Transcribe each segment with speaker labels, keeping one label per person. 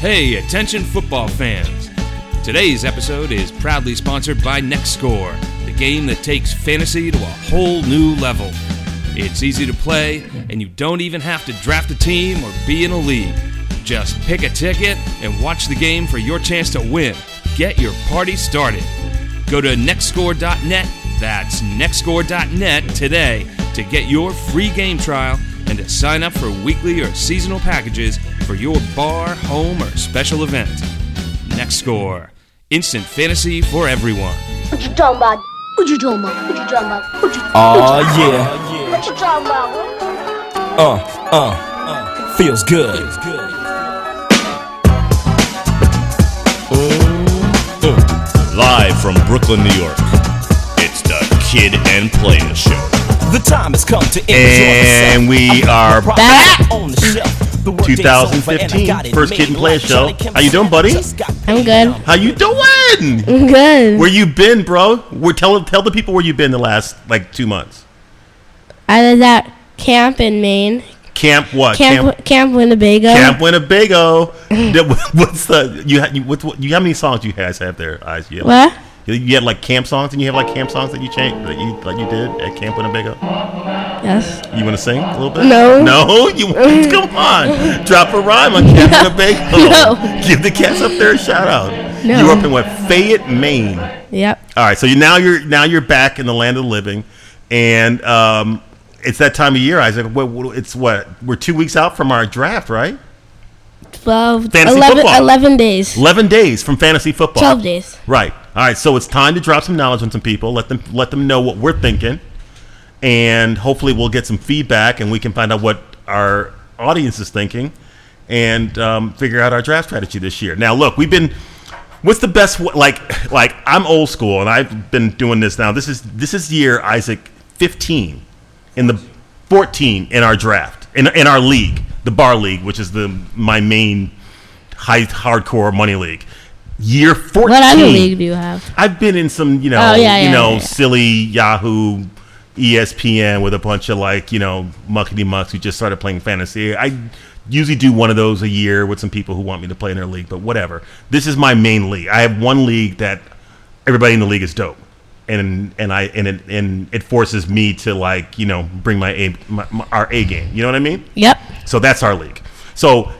Speaker 1: Hey, attention football fans. Today's episode is proudly sponsored by NextScore, the game that takes fantasy to a whole new level. It's easy to play, and you don't even have to draft a team or be in a league. Just pick a ticket and watch the game for your chance to win. Get your party started. Go to nextscore.net, that's nextscore.net today to get your free game trial and to sign up for weekly or seasonal packages for your bar, home, or special event. NextScore, instant fantasy for everyone.
Speaker 2: What you talking about? What you talking about? What you talking about? What you,
Speaker 3: Aw, yeah.
Speaker 2: what you talking about?
Speaker 3: Uh, uh, feels good.
Speaker 4: Live from Brooklyn, New York, it's the Kid and Playa Show.
Speaker 3: The time has come to enjoy
Speaker 4: And
Speaker 3: yourself.
Speaker 4: we
Speaker 3: I'm
Speaker 4: are
Speaker 3: proud
Speaker 4: back.
Speaker 3: to be on the shelf. The workday's
Speaker 4: 2015
Speaker 3: over and I got it
Speaker 4: First
Speaker 3: made.
Speaker 4: Kid and Play
Speaker 3: Like
Speaker 4: Show.
Speaker 3: Johnny
Speaker 4: How you doing, buddy?
Speaker 3: just got
Speaker 5: I'm
Speaker 3: paid.
Speaker 5: good.
Speaker 4: How you doing?
Speaker 5: I'm good.
Speaker 4: Where you been, bro? We're tell tell the people where you've been the last like two months.
Speaker 5: I was at camp in Maine.
Speaker 4: Camp what?
Speaker 5: Camp Camp, Winnebago.
Speaker 4: Camp Winnebago. The- What's the you? ha- you what's what? You how many songs you guys have there? Eyes. You had, like-
Speaker 5: What?
Speaker 4: You- You had like camp songs, and you have like camp songs that you changed that you like you did at Camp Winnebago.
Speaker 5: Yes.
Speaker 4: You want to sing a little bit?
Speaker 5: No.
Speaker 4: No? You come on. Drop a rhyme on Camp Winnebago.
Speaker 5: No.
Speaker 4: Give the cats up there a shout out.
Speaker 5: No.
Speaker 4: You were up in what Fayette, Maine. All
Speaker 5: Yep.
Speaker 4: right, so you now you're now you're back in the land of the living, and um, it's that time of year, Isaac. What, what, it's what we're two weeks out from our draft, right?
Speaker 5: 12,
Speaker 4: Fantasy
Speaker 5: 11,
Speaker 4: football.
Speaker 5: 11 days.
Speaker 4: Eleven days from fantasy football.
Speaker 5: 12 days.
Speaker 4: Right. All right. So it's time to drop some knowledge on some people. Let them let them know what we're thinking, and hopefully we'll get some feedback and we can find out what our audience is thinking, and um, figure out our draft strategy this year. Now, look, we've been. What's the best wa- like like I'm old school and I've been doing this now. This is this is year Isaac 15 in the 14 in our draft in in our league, the bar league, which is the my main high hardcore money league. Year 14.
Speaker 5: What other league do you have?
Speaker 4: I've been in some, you know,
Speaker 5: Oh, yeah,
Speaker 4: you
Speaker 5: yeah,
Speaker 4: know,
Speaker 5: yeah, yeah.
Speaker 4: silly Yahoo, E ESPN with a bunch of like, you know, muckety mucks who just started playing fantasy. I usually do one of those a year with some people who want me to play in their league, but whatever. This is my main league. I have one league that everybody in the league is dope. And, and I and it, and it forces me to like you know bring my, a, my, my our A game you know what I mean
Speaker 5: Yep.
Speaker 4: so that's our league. So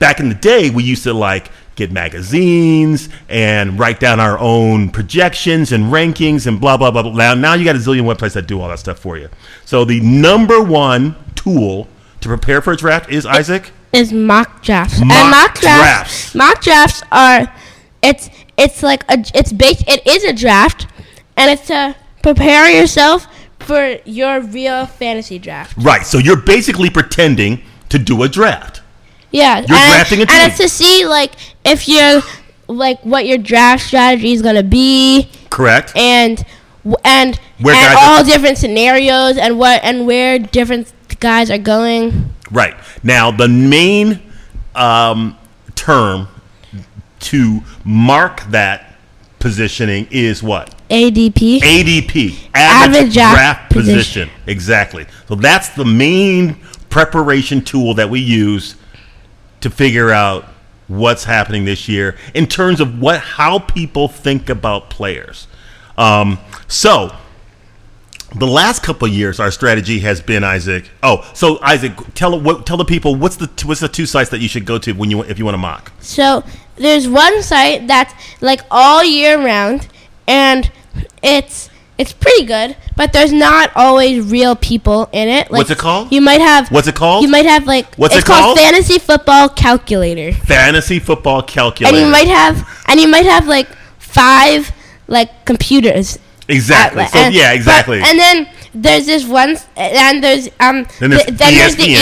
Speaker 4: back in the day, we used to like get magazines and write down our own projections and rankings and blah blah blah. blah. Now, now you got a zillion websites that do all that stuff for you. So the number one tool to prepare for a draft is Isaac.
Speaker 5: Is mock drafts.
Speaker 4: Mock
Speaker 5: and mock drafts,
Speaker 4: drafts.
Speaker 5: Mock drafts are it's it's like a it's based it is a draft and it's to prepare yourself for your real fantasy draft.
Speaker 4: Right. So you're basically pretending to do a draft.
Speaker 5: Yeah,
Speaker 4: You're
Speaker 5: and,
Speaker 4: drafting a team.
Speaker 5: and it's to see like if you're like what your draft strategy is gonna be,
Speaker 4: Correct.
Speaker 5: and w- and
Speaker 4: Where guys
Speaker 5: and
Speaker 4: are-
Speaker 5: all different scenarios and what and where different guys are going.
Speaker 4: Right. Now, the main um, term to mark that positioning is what?
Speaker 5: ADP.
Speaker 4: ADP, average,
Speaker 5: Average
Speaker 4: draft,
Speaker 5: draft
Speaker 4: position. Exactly. So that's the main preparation tool that we use to figure out what's happening this year in terms of what how people think about players. Um, so the last couple of years, our strategy has been Isaac. Oh, so Isaac, tell what tell the people what's the what's the two sites that you should go to when you if you want to mock.
Speaker 5: So there's one site that's like all year round, and it's it's pretty good, but there's not always real people in it. Like
Speaker 4: What's it called?
Speaker 5: You might have
Speaker 4: What's it called?
Speaker 5: You might have like
Speaker 4: What's
Speaker 5: it's
Speaker 4: it called?
Speaker 5: called Fantasy Football Calculator.
Speaker 4: Fantasy football calculator.
Speaker 5: and you might have and you might have like five like computers
Speaker 4: exactly.
Speaker 5: at-
Speaker 4: so
Speaker 5: and-
Speaker 4: yeah,
Speaker 5: but-
Speaker 4: exactly.
Speaker 5: and then there's this one s- and there's um
Speaker 4: Then
Speaker 5: then
Speaker 4: there's E
Speaker 5: there's, then there's the E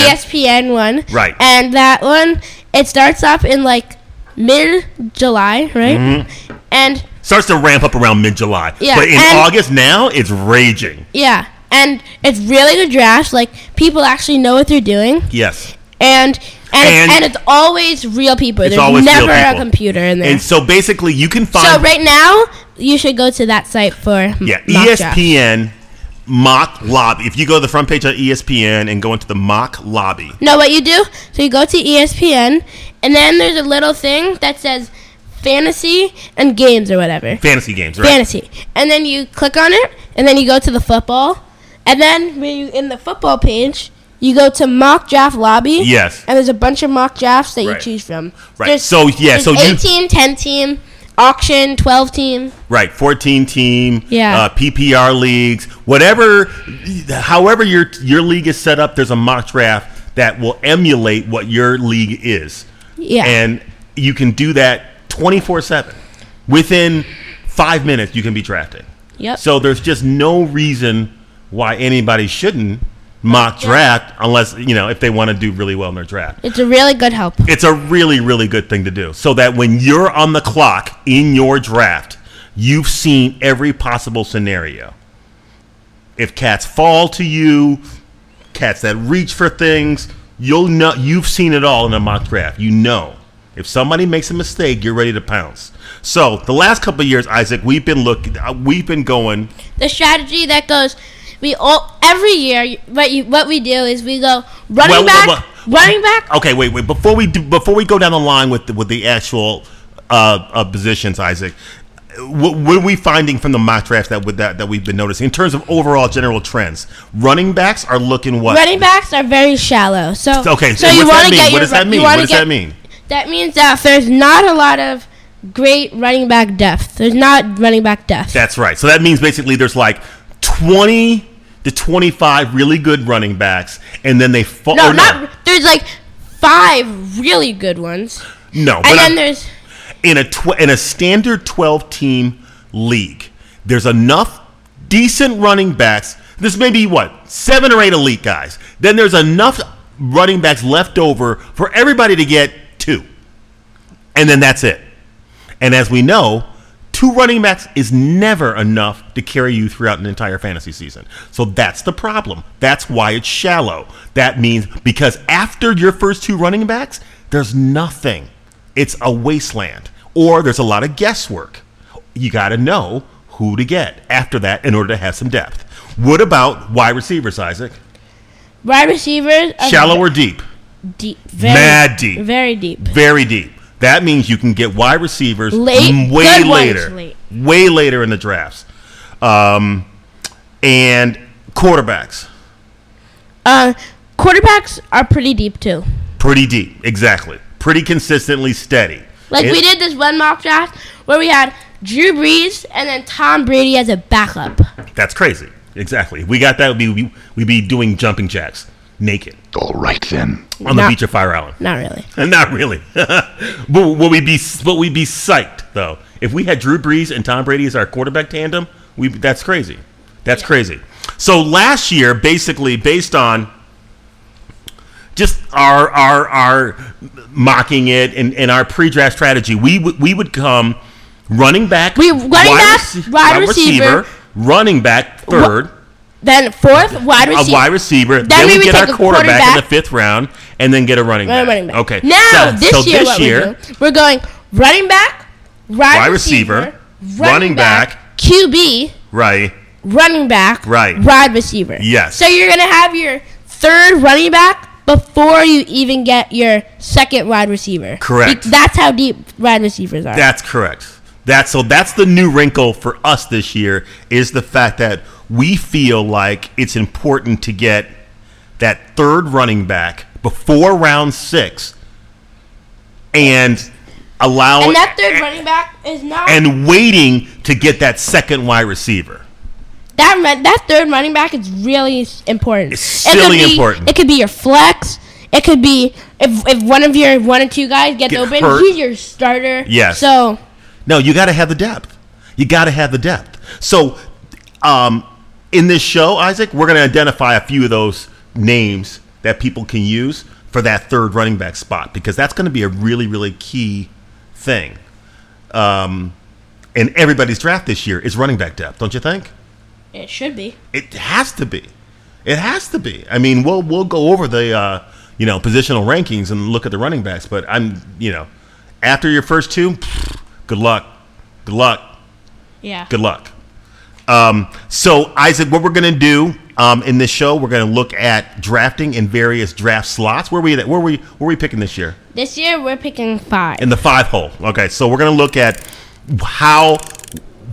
Speaker 4: ESPN.
Speaker 5: espn one
Speaker 4: Right.
Speaker 5: and that one it starts up in like mid july right
Speaker 4: Mm-hmm.
Speaker 5: and
Speaker 4: starts to ramp up around mid July.
Speaker 5: Yeah,
Speaker 4: But in
Speaker 5: and-
Speaker 4: August now, it's raging.
Speaker 5: yeah and it's really good drafts like people actually know what they're doing
Speaker 4: Yes.
Speaker 5: and and,
Speaker 4: And-
Speaker 5: it's, and it's always real people
Speaker 4: It's
Speaker 5: there's
Speaker 4: always real
Speaker 5: never a
Speaker 4: people.
Speaker 5: computer in there
Speaker 4: And so basically, you can find
Speaker 5: so right now you should go to that site for m-
Speaker 4: yeah E
Speaker 5: mock drafts.
Speaker 4: ESPN mock lobby. If you go to the front page of E ESPN and go into the mock lobby,
Speaker 5: No, what you do? So you go to E ESPN, and then there's a little thing that says fantasy and games or whatever.
Speaker 4: fantasy games, right?
Speaker 5: Fantasy, and then you click on it, and then you go to the football, and then when you in the football page, you go to mock draft lobby.
Speaker 4: Yes.
Speaker 5: and there's a bunch of mock drafts that
Speaker 4: Right.
Speaker 5: you choose from.
Speaker 4: Right, so, yeah,
Speaker 5: there's
Speaker 4: so you-
Speaker 5: 18, 10 team, auction, 12 team.
Speaker 4: Right, 14 team,
Speaker 5: Yeah.
Speaker 4: uh, PPR leagues, whatever, however your your league is set up, there's a mock draft that will emulate what your league is.
Speaker 5: Yeah.
Speaker 4: And you can do that 24 7. Within five minutes, you can be drafting.
Speaker 5: Yep.
Speaker 4: So there's just no reason why anybody shouldn't mock draft unless, you know, if they want to do really well in their draft
Speaker 5: It's a really good help.
Speaker 4: it's a really really good thing to do so that when you're on the clock in your draft you've seen every possible scenario if cats fall to you cats that reach for things you'll know you've seen it all in a mock draft you know if somebody makes a mistake you're ready to pounce so the last couple of years isaac we've been looking uh, we've been going
Speaker 5: the strategy that goes we all every year what you what we do is we go
Speaker 4: Well,
Speaker 5: running back
Speaker 4: well,
Speaker 5: running back
Speaker 4: Okay, wait, wait. Before we do, before we go down the line with the, with the actual uh, uh, positions, Isaac, what, what are we finding from the mock drafts that would that, that we've been noticing in terms of overall general trends? Running backs are looking what?
Speaker 5: running backs are very shallow so
Speaker 4: Okay, so what's that
Speaker 5: wanna
Speaker 4: mean? What
Speaker 5: your
Speaker 4: does
Speaker 5: ru-
Speaker 4: that
Speaker 5: you
Speaker 4: mean?
Speaker 5: wanna
Speaker 4: What does
Speaker 5: get-
Speaker 4: that mean?
Speaker 5: that means that there's not a lot of great running back depth there's not running back depth
Speaker 4: That's right. So that means basically there's like twenty to twenty five really good running backs, and then they fall.
Speaker 5: no
Speaker 4: or
Speaker 5: not there's like five really good ones
Speaker 4: no. but
Speaker 5: and then
Speaker 4: I'm-
Speaker 5: there's
Speaker 4: in a tw- in a standard 12 team league there's enough decent running backs this may be what seven or eight elite guys then there's enough running backs left over for everybody to get two and then that's it and as we know two running backs is never enough to carry you throughout an entire fantasy season so that's the problem that's why it's shallow that means because after your first two running backs there's nothing it's a wasteland or there's a lot of guesswork you got to know who to get after that in order to have some depth what about wide receivers isaac
Speaker 5: wide receivers are
Speaker 4: shallow or deep
Speaker 5: deep very,
Speaker 4: Mad deep.
Speaker 5: very deep
Speaker 4: very deep. That means you can get wide receivers
Speaker 5: Late-
Speaker 4: m- way
Speaker 5: good ones
Speaker 4: later,
Speaker 5: late.
Speaker 4: way later in the drafts, um, and quarterbacks
Speaker 5: uh quarterbacks are pretty deep too
Speaker 4: pretty deep, exactly, pretty consistently steady.
Speaker 5: Like
Speaker 4: And-
Speaker 5: we did this one mock draft where we had Drew Brees and then Tom Brady as a backup.
Speaker 4: That's crazy. Exactly. If we got that. We'd be, we- we'd be doing jumping jacks naked
Speaker 6: All right then.
Speaker 4: on the
Speaker 5: Not-
Speaker 4: beach of Fire Island.
Speaker 5: Not really.
Speaker 4: Not really. but would we be would we be psyched though if we had Drew Brees and Tom Brady as our quarterback tandem? We that's crazy. That's crazy. So last year, basically, based on just our our our mocking it and, and our pre-draft strategy, we would we would come running back,
Speaker 5: We- running back,
Speaker 4: rece-
Speaker 5: wide receiver.
Speaker 4: running back third
Speaker 5: Then fourth wide
Speaker 4: a
Speaker 5: receiver.
Speaker 4: wide receiver. Then,
Speaker 5: we
Speaker 4: we,
Speaker 5: would
Speaker 4: get our
Speaker 5: take a
Speaker 4: quarterback, in the
Speaker 5: quarterback.
Speaker 4: fifth round, and then get a running back.
Speaker 5: running back.
Speaker 4: Okay.
Speaker 5: Now
Speaker 4: so,
Speaker 5: this
Speaker 4: so
Speaker 5: year, what we do, we're going running back, wide,
Speaker 4: Wide
Speaker 5: receiver,
Speaker 4: receiver, running back,
Speaker 5: QB,
Speaker 4: right?
Speaker 5: running back,
Speaker 4: Right.
Speaker 5: wide receiver.
Speaker 4: Yes.
Speaker 5: So you're gonna have your third running back before you even get your second wide receiver.
Speaker 4: Correct.
Speaker 5: Be- That's how deep wide receivers are.
Speaker 4: That's correct. That's so. That's the new wrinkle for us this year is the fact that we feel like it's important to get that third running back before round six, and allowing
Speaker 5: and that third running back is not
Speaker 4: and waiting to get that second wide receiver.
Speaker 5: that run, that third running back is really s- important.
Speaker 4: It's
Speaker 5: could
Speaker 4: silly
Speaker 5: be-
Speaker 4: important.
Speaker 5: It could be your flex. It could be if, if one of your one or two guys gets
Speaker 4: Get
Speaker 5: open,
Speaker 4: hurt.
Speaker 5: he's your starter.
Speaker 4: Yes.
Speaker 5: So
Speaker 4: No, you got to have the depth. You got to have the depth. So, um, in this show, Isaac, we're going to identify a few of those names that people can use for that third running back spot because that's going to be a really, really key thing. Um, and everybody's draft this year is running back depth, don't you think?
Speaker 5: it should be.
Speaker 4: It has to be. It has to be. I mean, we'll we'll go over the uh, you know positional rankings and look at the running backs, but I'm you know after your first two, pfft, good luck, good luck,
Speaker 5: Yeah.
Speaker 4: good luck. Um, so, Isaac, what we're going to do um, in this show, we're going to look at drafting in various draft slots. Where we at? Where we where we picking this year?
Speaker 5: This year we're picking five.
Speaker 4: In the five hole. Okay, so we're going to look at how,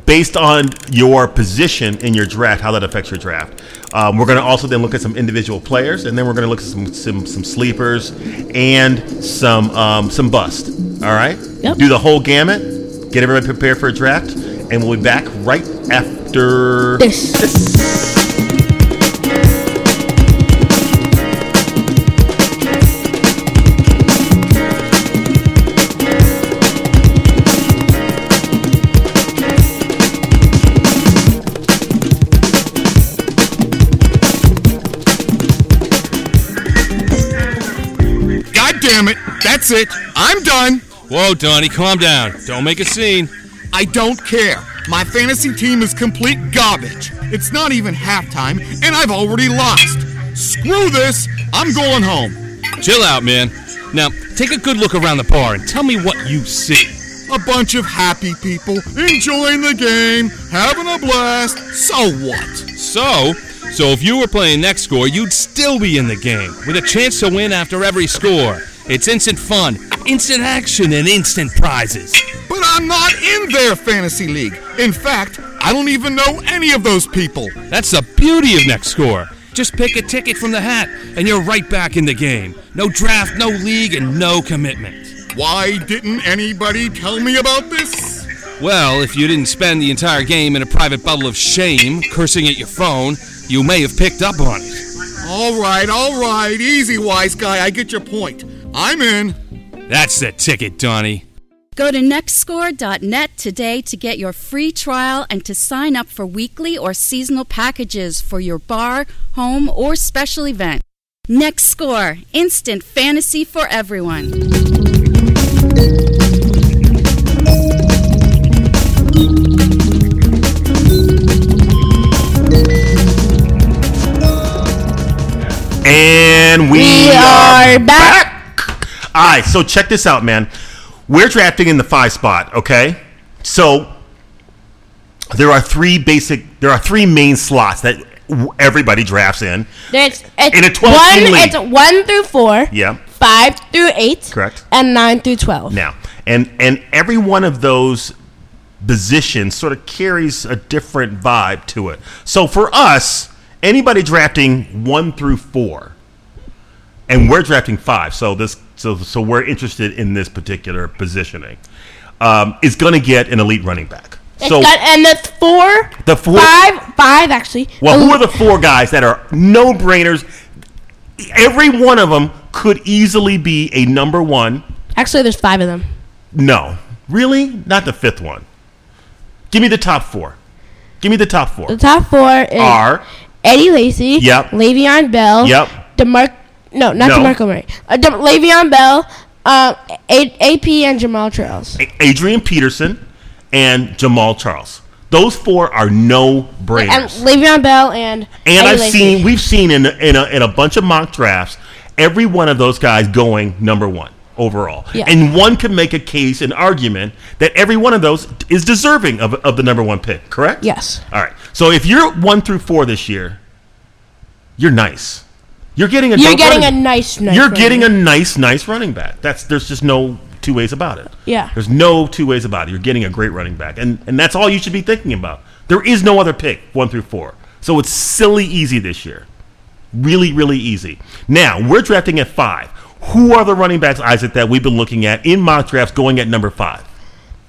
Speaker 4: based on your position in your draft, how that affects your draft. Um, we're going to also then look at some individual players, and then we're going to look at some some, some sleepers and some um, some bust. All right.
Speaker 5: Yep.
Speaker 4: Do the whole gamut. Get everybody prepared for a draft, and we'll be back right after
Speaker 5: This.
Speaker 1: God damn it! That's it. I'm done. Whoa, Donnie, calm down. Don't make a scene.
Speaker 6: I don't care. My fantasy team is complete garbage. It's not even halftime, and I've already lost. Screw this. I'm going home.
Speaker 1: Chill out, man. Now, take a good look around the bar and tell me what you see.
Speaker 6: A bunch of happy people enjoying the game, having a blast. So what?
Speaker 1: So, so if you were playing next score, you'd still be in the game with a chance to win after every score. It's instant fun, instant action, and instant prizes.
Speaker 6: But I'm not in their fantasy league. In fact, I don't even know any of those people.
Speaker 1: That's the beauty of next score. Just pick a ticket from the hat, and you're right back in the game. No draft, no league, and no commitment.
Speaker 6: Why didn't anybody tell me about this?
Speaker 1: Well, if you didn't spend the entire game in a private bubble of shame, cursing at your phone, you may have picked up on it.
Speaker 6: All right, all right. Easy, wise guy. I get your point. I'm in.
Speaker 1: That's the ticket, Donnie.
Speaker 7: Go to nextscore.net today to get your free trial and to sign up for weekly or seasonal packages for your bar, home, or special event. NextScore, instant fantasy for everyone.
Speaker 4: And we,
Speaker 5: We are back.
Speaker 4: All right, so check this out, man. We're drafting in the five spot, okay? So there are three basic, there are three main slots that w- everybody drafts in.
Speaker 5: There's it's
Speaker 4: In a 12
Speaker 5: one.
Speaker 4: team league.
Speaker 5: It's one through four.
Speaker 4: Yeah.
Speaker 5: Five through eight.
Speaker 4: Correct.
Speaker 5: And nine through twelve.
Speaker 4: Now, and and every one of those positions sort of carries a different vibe to it. So for us, anybody drafting one through four, and we're drafting five. So this, so so we're interested in this particular positioning. Um, is going to get an elite running back.
Speaker 5: It's
Speaker 4: so
Speaker 5: got, and the four.
Speaker 4: The four-
Speaker 5: Five. Five actually.
Speaker 4: well,
Speaker 5: The-
Speaker 4: who are the four guys that are no brainers? Every one of them could easily be a number one.
Speaker 5: Actually, there's five of them.
Speaker 4: No. Really? Not the fifth one. Give me the top four. Give me the top
Speaker 5: The
Speaker 4: four.
Speaker 5: top four is
Speaker 4: Are
Speaker 5: Eddie Lacy.
Speaker 4: Yep.
Speaker 5: Le'Veon Bell.
Speaker 4: Yep.
Speaker 5: Demarc. No, not
Speaker 4: No.
Speaker 5: Demarco Murray. Uh, De- Le'Veon Bell. Uh, a- AP and Jamal Charles.
Speaker 4: A- Adrian Peterson and Jamal Charles. Those four are no
Speaker 5: And
Speaker 4: brainers.
Speaker 5: Le'Veon Bell and
Speaker 4: And
Speaker 5: Eddie
Speaker 4: I've
Speaker 5: Lacy.
Speaker 4: seen, we've seen in a, in, a, in a bunch of mock drafts, every one of those guys going number one overall.
Speaker 5: Yeah.
Speaker 4: And one could make a case, an argument, that every one of those is deserving of, of the number one pick, correct?
Speaker 5: Yes.
Speaker 4: All right. So if you're one through four this year, you're nice. You're getting a
Speaker 5: You're
Speaker 4: dope
Speaker 5: getting
Speaker 4: running-
Speaker 5: a nice, nice
Speaker 4: You're
Speaker 5: running
Speaker 4: getting a nice, nice running back. That's there's just no two ways about it.
Speaker 5: Yeah.
Speaker 4: There's no two ways about it. You're getting a great running back, and and that's all you should be thinking about. There is no other pick one through four. So it's silly easy this year. Really, really easy. Now we're drafting at five. Who are the running backs, Isaac, that we've been looking at in mock drafts going at number five?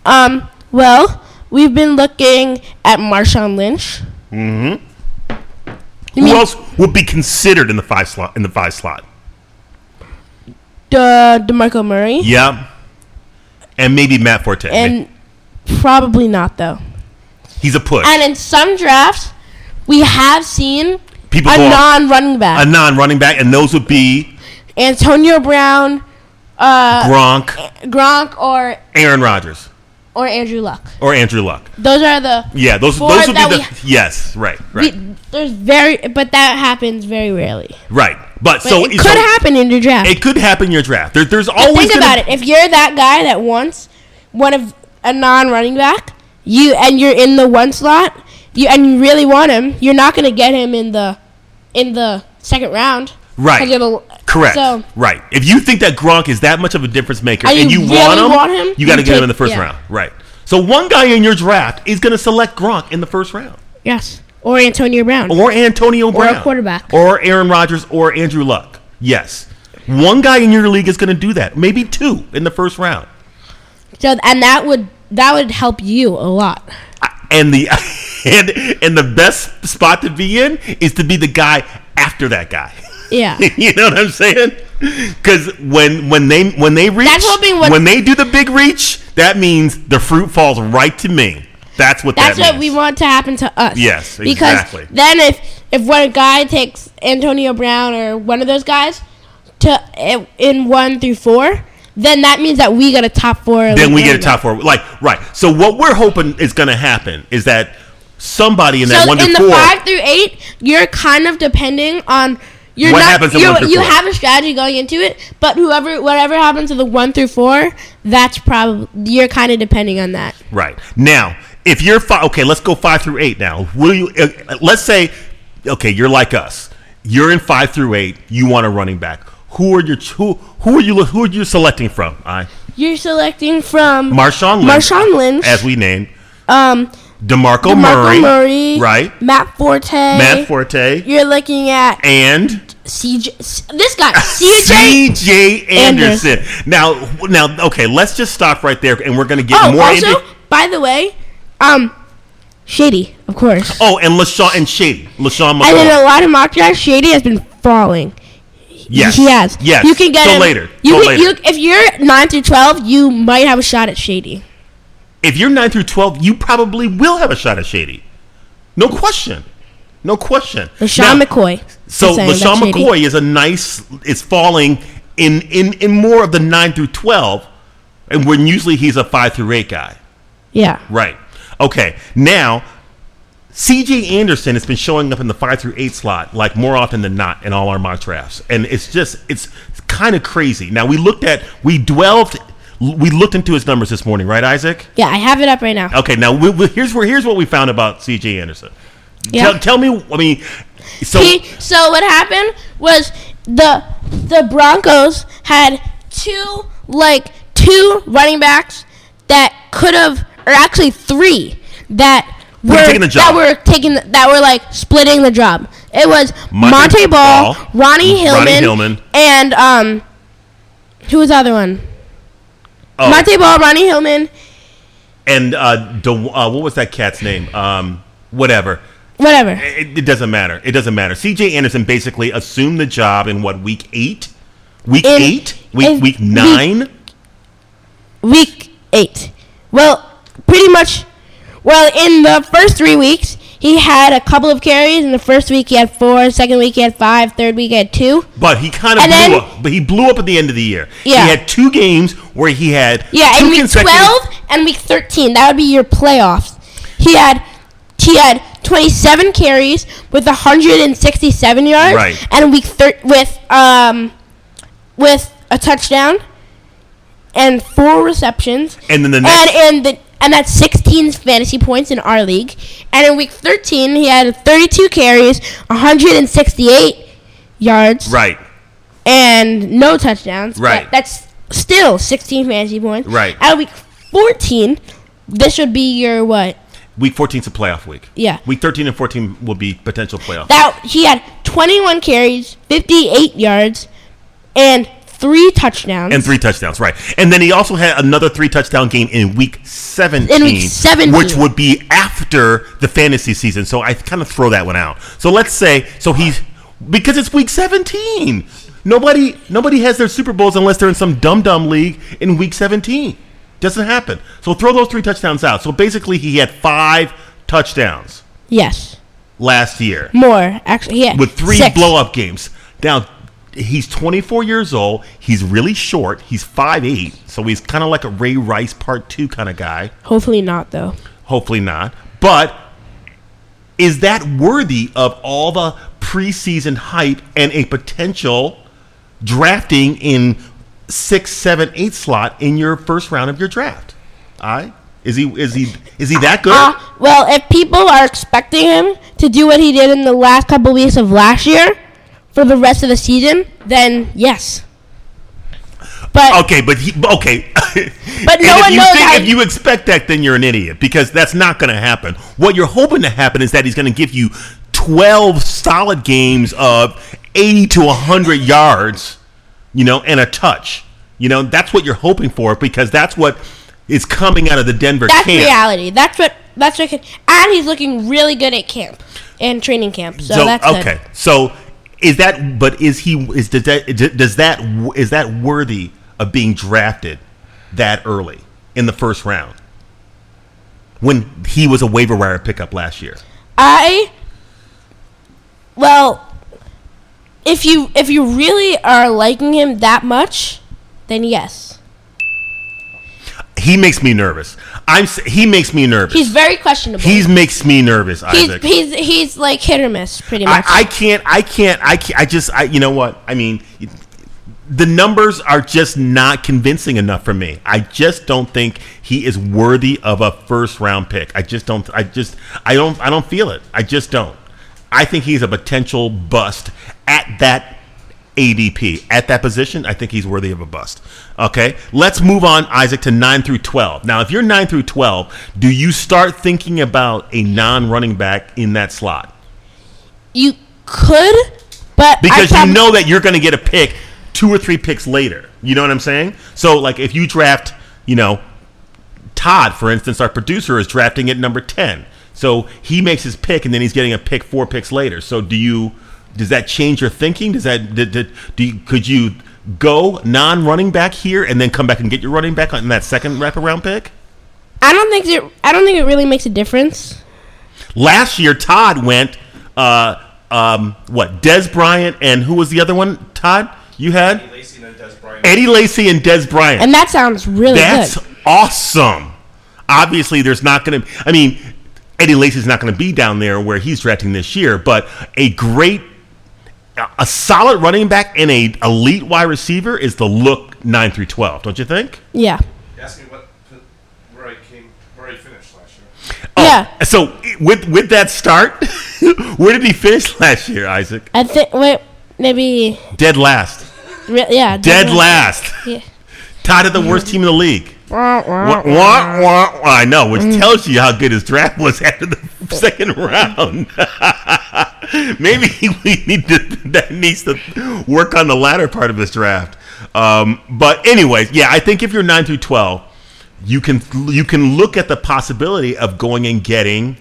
Speaker 5: Um. Well, we've been looking at Marshawn Lynch.
Speaker 4: Who else would be considered in the five slot? In the five slot.
Speaker 5: De- Demarco Murray.
Speaker 4: Yeah. And maybe Matt Forte.
Speaker 5: And probably not though.
Speaker 4: He's a push.
Speaker 5: And in some drafts, we have seen
Speaker 4: People
Speaker 5: a
Speaker 4: go off.
Speaker 5: non-running
Speaker 4: a
Speaker 5: back,
Speaker 4: non-running back, and those would be
Speaker 5: Antonio Brown, uh,
Speaker 4: Gronk,
Speaker 5: Gronk, or
Speaker 4: Aaron Rodgers,
Speaker 5: or Andrew Luck.
Speaker 4: or Andrew Luck.
Speaker 5: Those are the
Speaker 4: Yeah, those
Speaker 5: four
Speaker 4: those would be
Speaker 5: that
Speaker 4: the
Speaker 5: we-
Speaker 4: yes, right,
Speaker 5: we-
Speaker 4: right,
Speaker 5: there's very, but that happens very rarely.
Speaker 4: right. But,
Speaker 5: But
Speaker 4: so
Speaker 5: it
Speaker 4: so
Speaker 5: could happen in your draft.
Speaker 4: It could happen in your draft. There, there's
Speaker 5: But
Speaker 4: always
Speaker 5: think
Speaker 4: gonna-
Speaker 5: about it. If you're that guy that wants one of a non-running back, you and you're in the one slot, you and you really want him, you're not going to get him in the in the second round.
Speaker 4: Right.
Speaker 5: 'Cause you're the-
Speaker 4: Correct.
Speaker 5: So
Speaker 4: right. If you think that Gronk is that much of a difference maker
Speaker 5: And
Speaker 4: and you
Speaker 5: you really
Speaker 4: want
Speaker 5: want
Speaker 4: him,
Speaker 5: him,
Speaker 4: you got to get him
Speaker 5: you take-
Speaker 4: in the first
Speaker 5: yeah.
Speaker 4: round. Right. So one guy in your draft is going to select Gronk in the first round,
Speaker 5: yes, or Antonio Brown.
Speaker 4: or Antonio
Speaker 5: a
Speaker 4: Brown,
Speaker 5: quarterback.
Speaker 4: or Aaron Rodgers, or Andrew Luck. Yes, one guy in your league is going to do that. Maybe two in the first round.
Speaker 5: so and that would that would help you a lot.
Speaker 4: and the and and the best spot to be in is to be the guy after that guy.
Speaker 5: Yeah.
Speaker 4: you know what I'm saying? Because when when they when they reach
Speaker 5: That's what being what-
Speaker 4: when they do the big reach, that means the fruit falls right to me. That's what
Speaker 5: That's
Speaker 4: that
Speaker 5: what
Speaker 4: means.
Speaker 5: we want to happen to us.
Speaker 4: Yes, exactly.
Speaker 5: Because then, if if one guy takes Antonio Brown or one of those guys to in one through four, then that means that we got a top four.
Speaker 4: Then we
Speaker 5: later
Speaker 4: get a top four. Like right. So what we're hoping is going to happen is that somebody in that
Speaker 5: So
Speaker 4: one to
Speaker 5: in the
Speaker 4: four.
Speaker 5: five through eight, you're kind of depending on. You're
Speaker 4: What
Speaker 5: not,
Speaker 4: happens in
Speaker 5: you,
Speaker 4: one through
Speaker 5: you
Speaker 4: four?
Speaker 5: have a strategy going into it, but whoever whatever happens to the one through four, that's probably you're kind of depending on that.
Speaker 4: Right now, if you're five, okay, let's go five through eight now. Will you? Uh, let's say, okay, you're like us. You're in five through eight. You want a running back. Who are your who? Who are you? Who are you selecting from? I
Speaker 5: You're selecting from
Speaker 4: Marshawn Lynch.
Speaker 5: Marshawn Lynch.
Speaker 4: as we named
Speaker 5: um,
Speaker 4: Demarco, Murray,
Speaker 5: Marco Murray,
Speaker 4: right?
Speaker 5: Matt Forte,
Speaker 4: Matt Forte
Speaker 5: You're looking at
Speaker 4: and
Speaker 5: CJ. s- This guy, CJ.
Speaker 4: C.J.
Speaker 5: Anderson.
Speaker 4: Anderson. Now, now, okay, let's just stop right there, and we're going to get
Speaker 5: Oh,
Speaker 4: more.
Speaker 5: also,
Speaker 4: into-
Speaker 5: by the way, um, Shady, of course.
Speaker 4: oh, and Lashawn and Shady, Lashawn
Speaker 5: and in
Speaker 4: McCoy.
Speaker 5: a lot of mock drafts, Shady has been falling.
Speaker 4: Yes,
Speaker 5: He has.
Speaker 4: Yes,
Speaker 5: You can get
Speaker 4: Till
Speaker 5: him
Speaker 4: later.
Speaker 5: You,
Speaker 4: Till
Speaker 5: can,
Speaker 4: later.
Speaker 5: you if you're nine through twelve, you might have a shot at Shady.
Speaker 4: if you're 9 through 12, you probably will have a shot at Shady. No question. No question.
Speaker 5: LaShawn
Speaker 4: Now,
Speaker 5: McCoy.
Speaker 4: So
Speaker 5: I'm saying
Speaker 4: LaShawn
Speaker 5: about Shady.
Speaker 4: McCoy is a nice, is falling in, in, in more of the 9 through 12, and when usually he's a 5 through 8 guy.
Speaker 5: Yeah.
Speaker 4: Right. Okay. Now, CJ Anderson has been showing up in the five through eight slot like more often than not in all our mock drafts, and it's just it's, kind of crazy. Now we looked at we dwelled we looked into his numbers this morning, right, Isaac?
Speaker 5: Yeah, I have it up right now.
Speaker 4: Okay. Now we, we, here's where here's what we found about CJ Anderson.
Speaker 5: Yeah.
Speaker 4: Tell, tell me, I mean, so
Speaker 5: He, so what happened was the the Broncos had two like two running backs that could have, or actually three that were
Speaker 4: taking the job.
Speaker 5: that were taking the, that were like splitting the job. It was
Speaker 4: Monte
Speaker 5: Monte, Ball,
Speaker 4: Ball,
Speaker 5: Ronnie Hillman,
Speaker 4: Hillman.
Speaker 5: and um, who was the other one?
Speaker 4: oh,
Speaker 5: Monte Ball, Ronnie Hillman,
Speaker 4: and uh, De, uh, what was that cat's name? Um, whatever.
Speaker 5: whatever.
Speaker 4: It, it doesn't matter. It doesn't matter. C.J. Anderson basically assumed the job in what week eight, week
Speaker 5: In-
Speaker 4: eight, week
Speaker 5: in
Speaker 4: week
Speaker 5: week-
Speaker 4: nine.
Speaker 5: week eight. Well, pretty much. Well, in the first three weeks, he had a couple of carries. In the first week, he had four. Second week, he had five. Third week, he had two.
Speaker 4: but he kind of
Speaker 5: And
Speaker 4: blew
Speaker 5: then-
Speaker 4: up. But he blew up at the end of the year.
Speaker 5: Yeah.
Speaker 4: He had two games where he had
Speaker 5: Yeah,
Speaker 4: two
Speaker 5: in week
Speaker 4: consecutive-
Speaker 5: twelve and week thirteen, that would be your playoffs. He had he had twenty seven carries with hundred and sixty seven yards,
Speaker 4: Right.
Speaker 5: and week thir- with um with a touchdown and four receptions.
Speaker 4: And then the next-
Speaker 5: and and the and that's 16 fantasy points in our league. And in week 13, he had 32 carries, 168 yards,
Speaker 4: Right.
Speaker 5: and no touchdowns. but
Speaker 4: Right.
Speaker 5: that's still 16 fantasy points.
Speaker 4: Right.
Speaker 5: At week 14, this would be your what?
Speaker 4: Week 14's a playoff week.
Speaker 5: Yeah.
Speaker 4: Week 13 and 14 will be potential playoff.
Speaker 5: That he had 21 carries, 58 yards, and three touchdowns.
Speaker 4: and three touchdowns, right? And then he also had another three touchdown game in week seventeen,
Speaker 5: In week 17.
Speaker 4: which would be after the fantasy season. So I kind of throw that one out. So let's say so he's because it's week seventeen. Nobody nobody has their Super Bowls unless they're in some dumb dumb league in week seventeen. Doesn't happen. So throw those three touchdowns out. So basically, he had five touchdowns
Speaker 5: yes,
Speaker 4: last year
Speaker 5: more actually. Yeah,
Speaker 4: with three
Speaker 5: six.
Speaker 4: blow up games. Now, he's 24 years old. He's really short. He's 5'8, so he's kind of like a Ray Rice Part 2 kind of guy.
Speaker 5: Hopefully not though.
Speaker 4: Hopefully not. But is that worthy of all the preseason hype and a potential drafting in six, seven, eight slot in your first round of your draft? I Is he is he is he that good?
Speaker 5: Uh, well, if people are expecting him to do what he did in the last couple weeks of last year for the rest of the season, then yes. But
Speaker 4: okay, but he okay.
Speaker 5: But
Speaker 4: And
Speaker 5: no
Speaker 4: if
Speaker 5: one
Speaker 4: you
Speaker 5: knows
Speaker 4: Think,
Speaker 5: how-
Speaker 4: if you expect that, then you're an idiot because that's not going to happen. What you're hoping to happen is that he's going to give you 12 solid games of 80 to 100 yards, you know, and a touch. You know, that's what you're hoping for because that's what is coming out of the Denver
Speaker 5: that's
Speaker 4: camp.
Speaker 5: reality. That's what. That's what. Can, and he's looking really good at camp and training camp. So, that's good.
Speaker 4: okay. So is that? But is he? Is does that? Does that? Is that worthy of being drafted that early in the first round? When he was a waiver wire pickup last year,
Speaker 5: I well, if you if you really are liking him that much, then yes.
Speaker 4: he makes me nervous. I'm. s- He makes me nervous.
Speaker 5: He's very questionable.
Speaker 4: He makes me nervous,
Speaker 5: he's,
Speaker 4: Isaac.
Speaker 5: he's he's like hit or miss pretty
Speaker 4: I,
Speaker 5: much.
Speaker 4: I can't. I can't. I can't. I just. I. You know what? I mean, the numbers are just not convincing enough for me. I just don't think he is worthy of a first round pick. I just don't. I just. I don't. I don't feel it. I just don't. I think he's a potential bust at that ADP at that position. I think he's worthy of a bust. Okay, let's move on, Isaac, to nine through twelve. Now, if you're nine through twelve, do you start thinking about a non-running back in that slot?
Speaker 5: you could, but
Speaker 4: because
Speaker 5: I
Speaker 4: you know that you're going to get a pick two or three picks later. You know what I'm saying? So like if you draft, you know, Todd, for instance, our producer is drafting at number 10. So he makes his pick and then he's getting a pick four picks later. So do you does that change your thinking? Does that did, did, do you, could you go non-running back here and then come back and get your running back on that second wraparound pick?
Speaker 5: I don't think it. I don't think it really makes a difference.
Speaker 4: Last year, Todd went, uh, um, what, Des Bryant and who was the other one, Todd? You had? Eddie Lacy and Des Bryant.
Speaker 5: And that sounds really
Speaker 4: That's
Speaker 5: good.
Speaker 4: awesome. Obviously, there's not going to, I mean, Eddie Lacy's not going to be down there where he's drafting this year, but a great, a- a solid running back and a elite wide receiver is the look 9 through 12, don't you think?
Speaker 5: Yeah.
Speaker 8: Ask me what where I came, where I finished last year.
Speaker 4: Oh.
Speaker 5: yeah.
Speaker 4: So with with that start, where did he finish last year, Isaac?
Speaker 5: I think. Wait. Maybe.
Speaker 4: Dead last.
Speaker 5: Re- yeah.
Speaker 4: dead
Speaker 5: definitely.
Speaker 4: last.
Speaker 5: Yeah.
Speaker 4: Tied at the worst team in the league. Wah, wah, Mm. wah, wah. I know, which tells you how good his draft was after the second round. Maybe we need to that needs to work on the latter part of his draft. Um, but anyways, yeah, I think if you're nine through twelve, you can you can look at the possibility of going and getting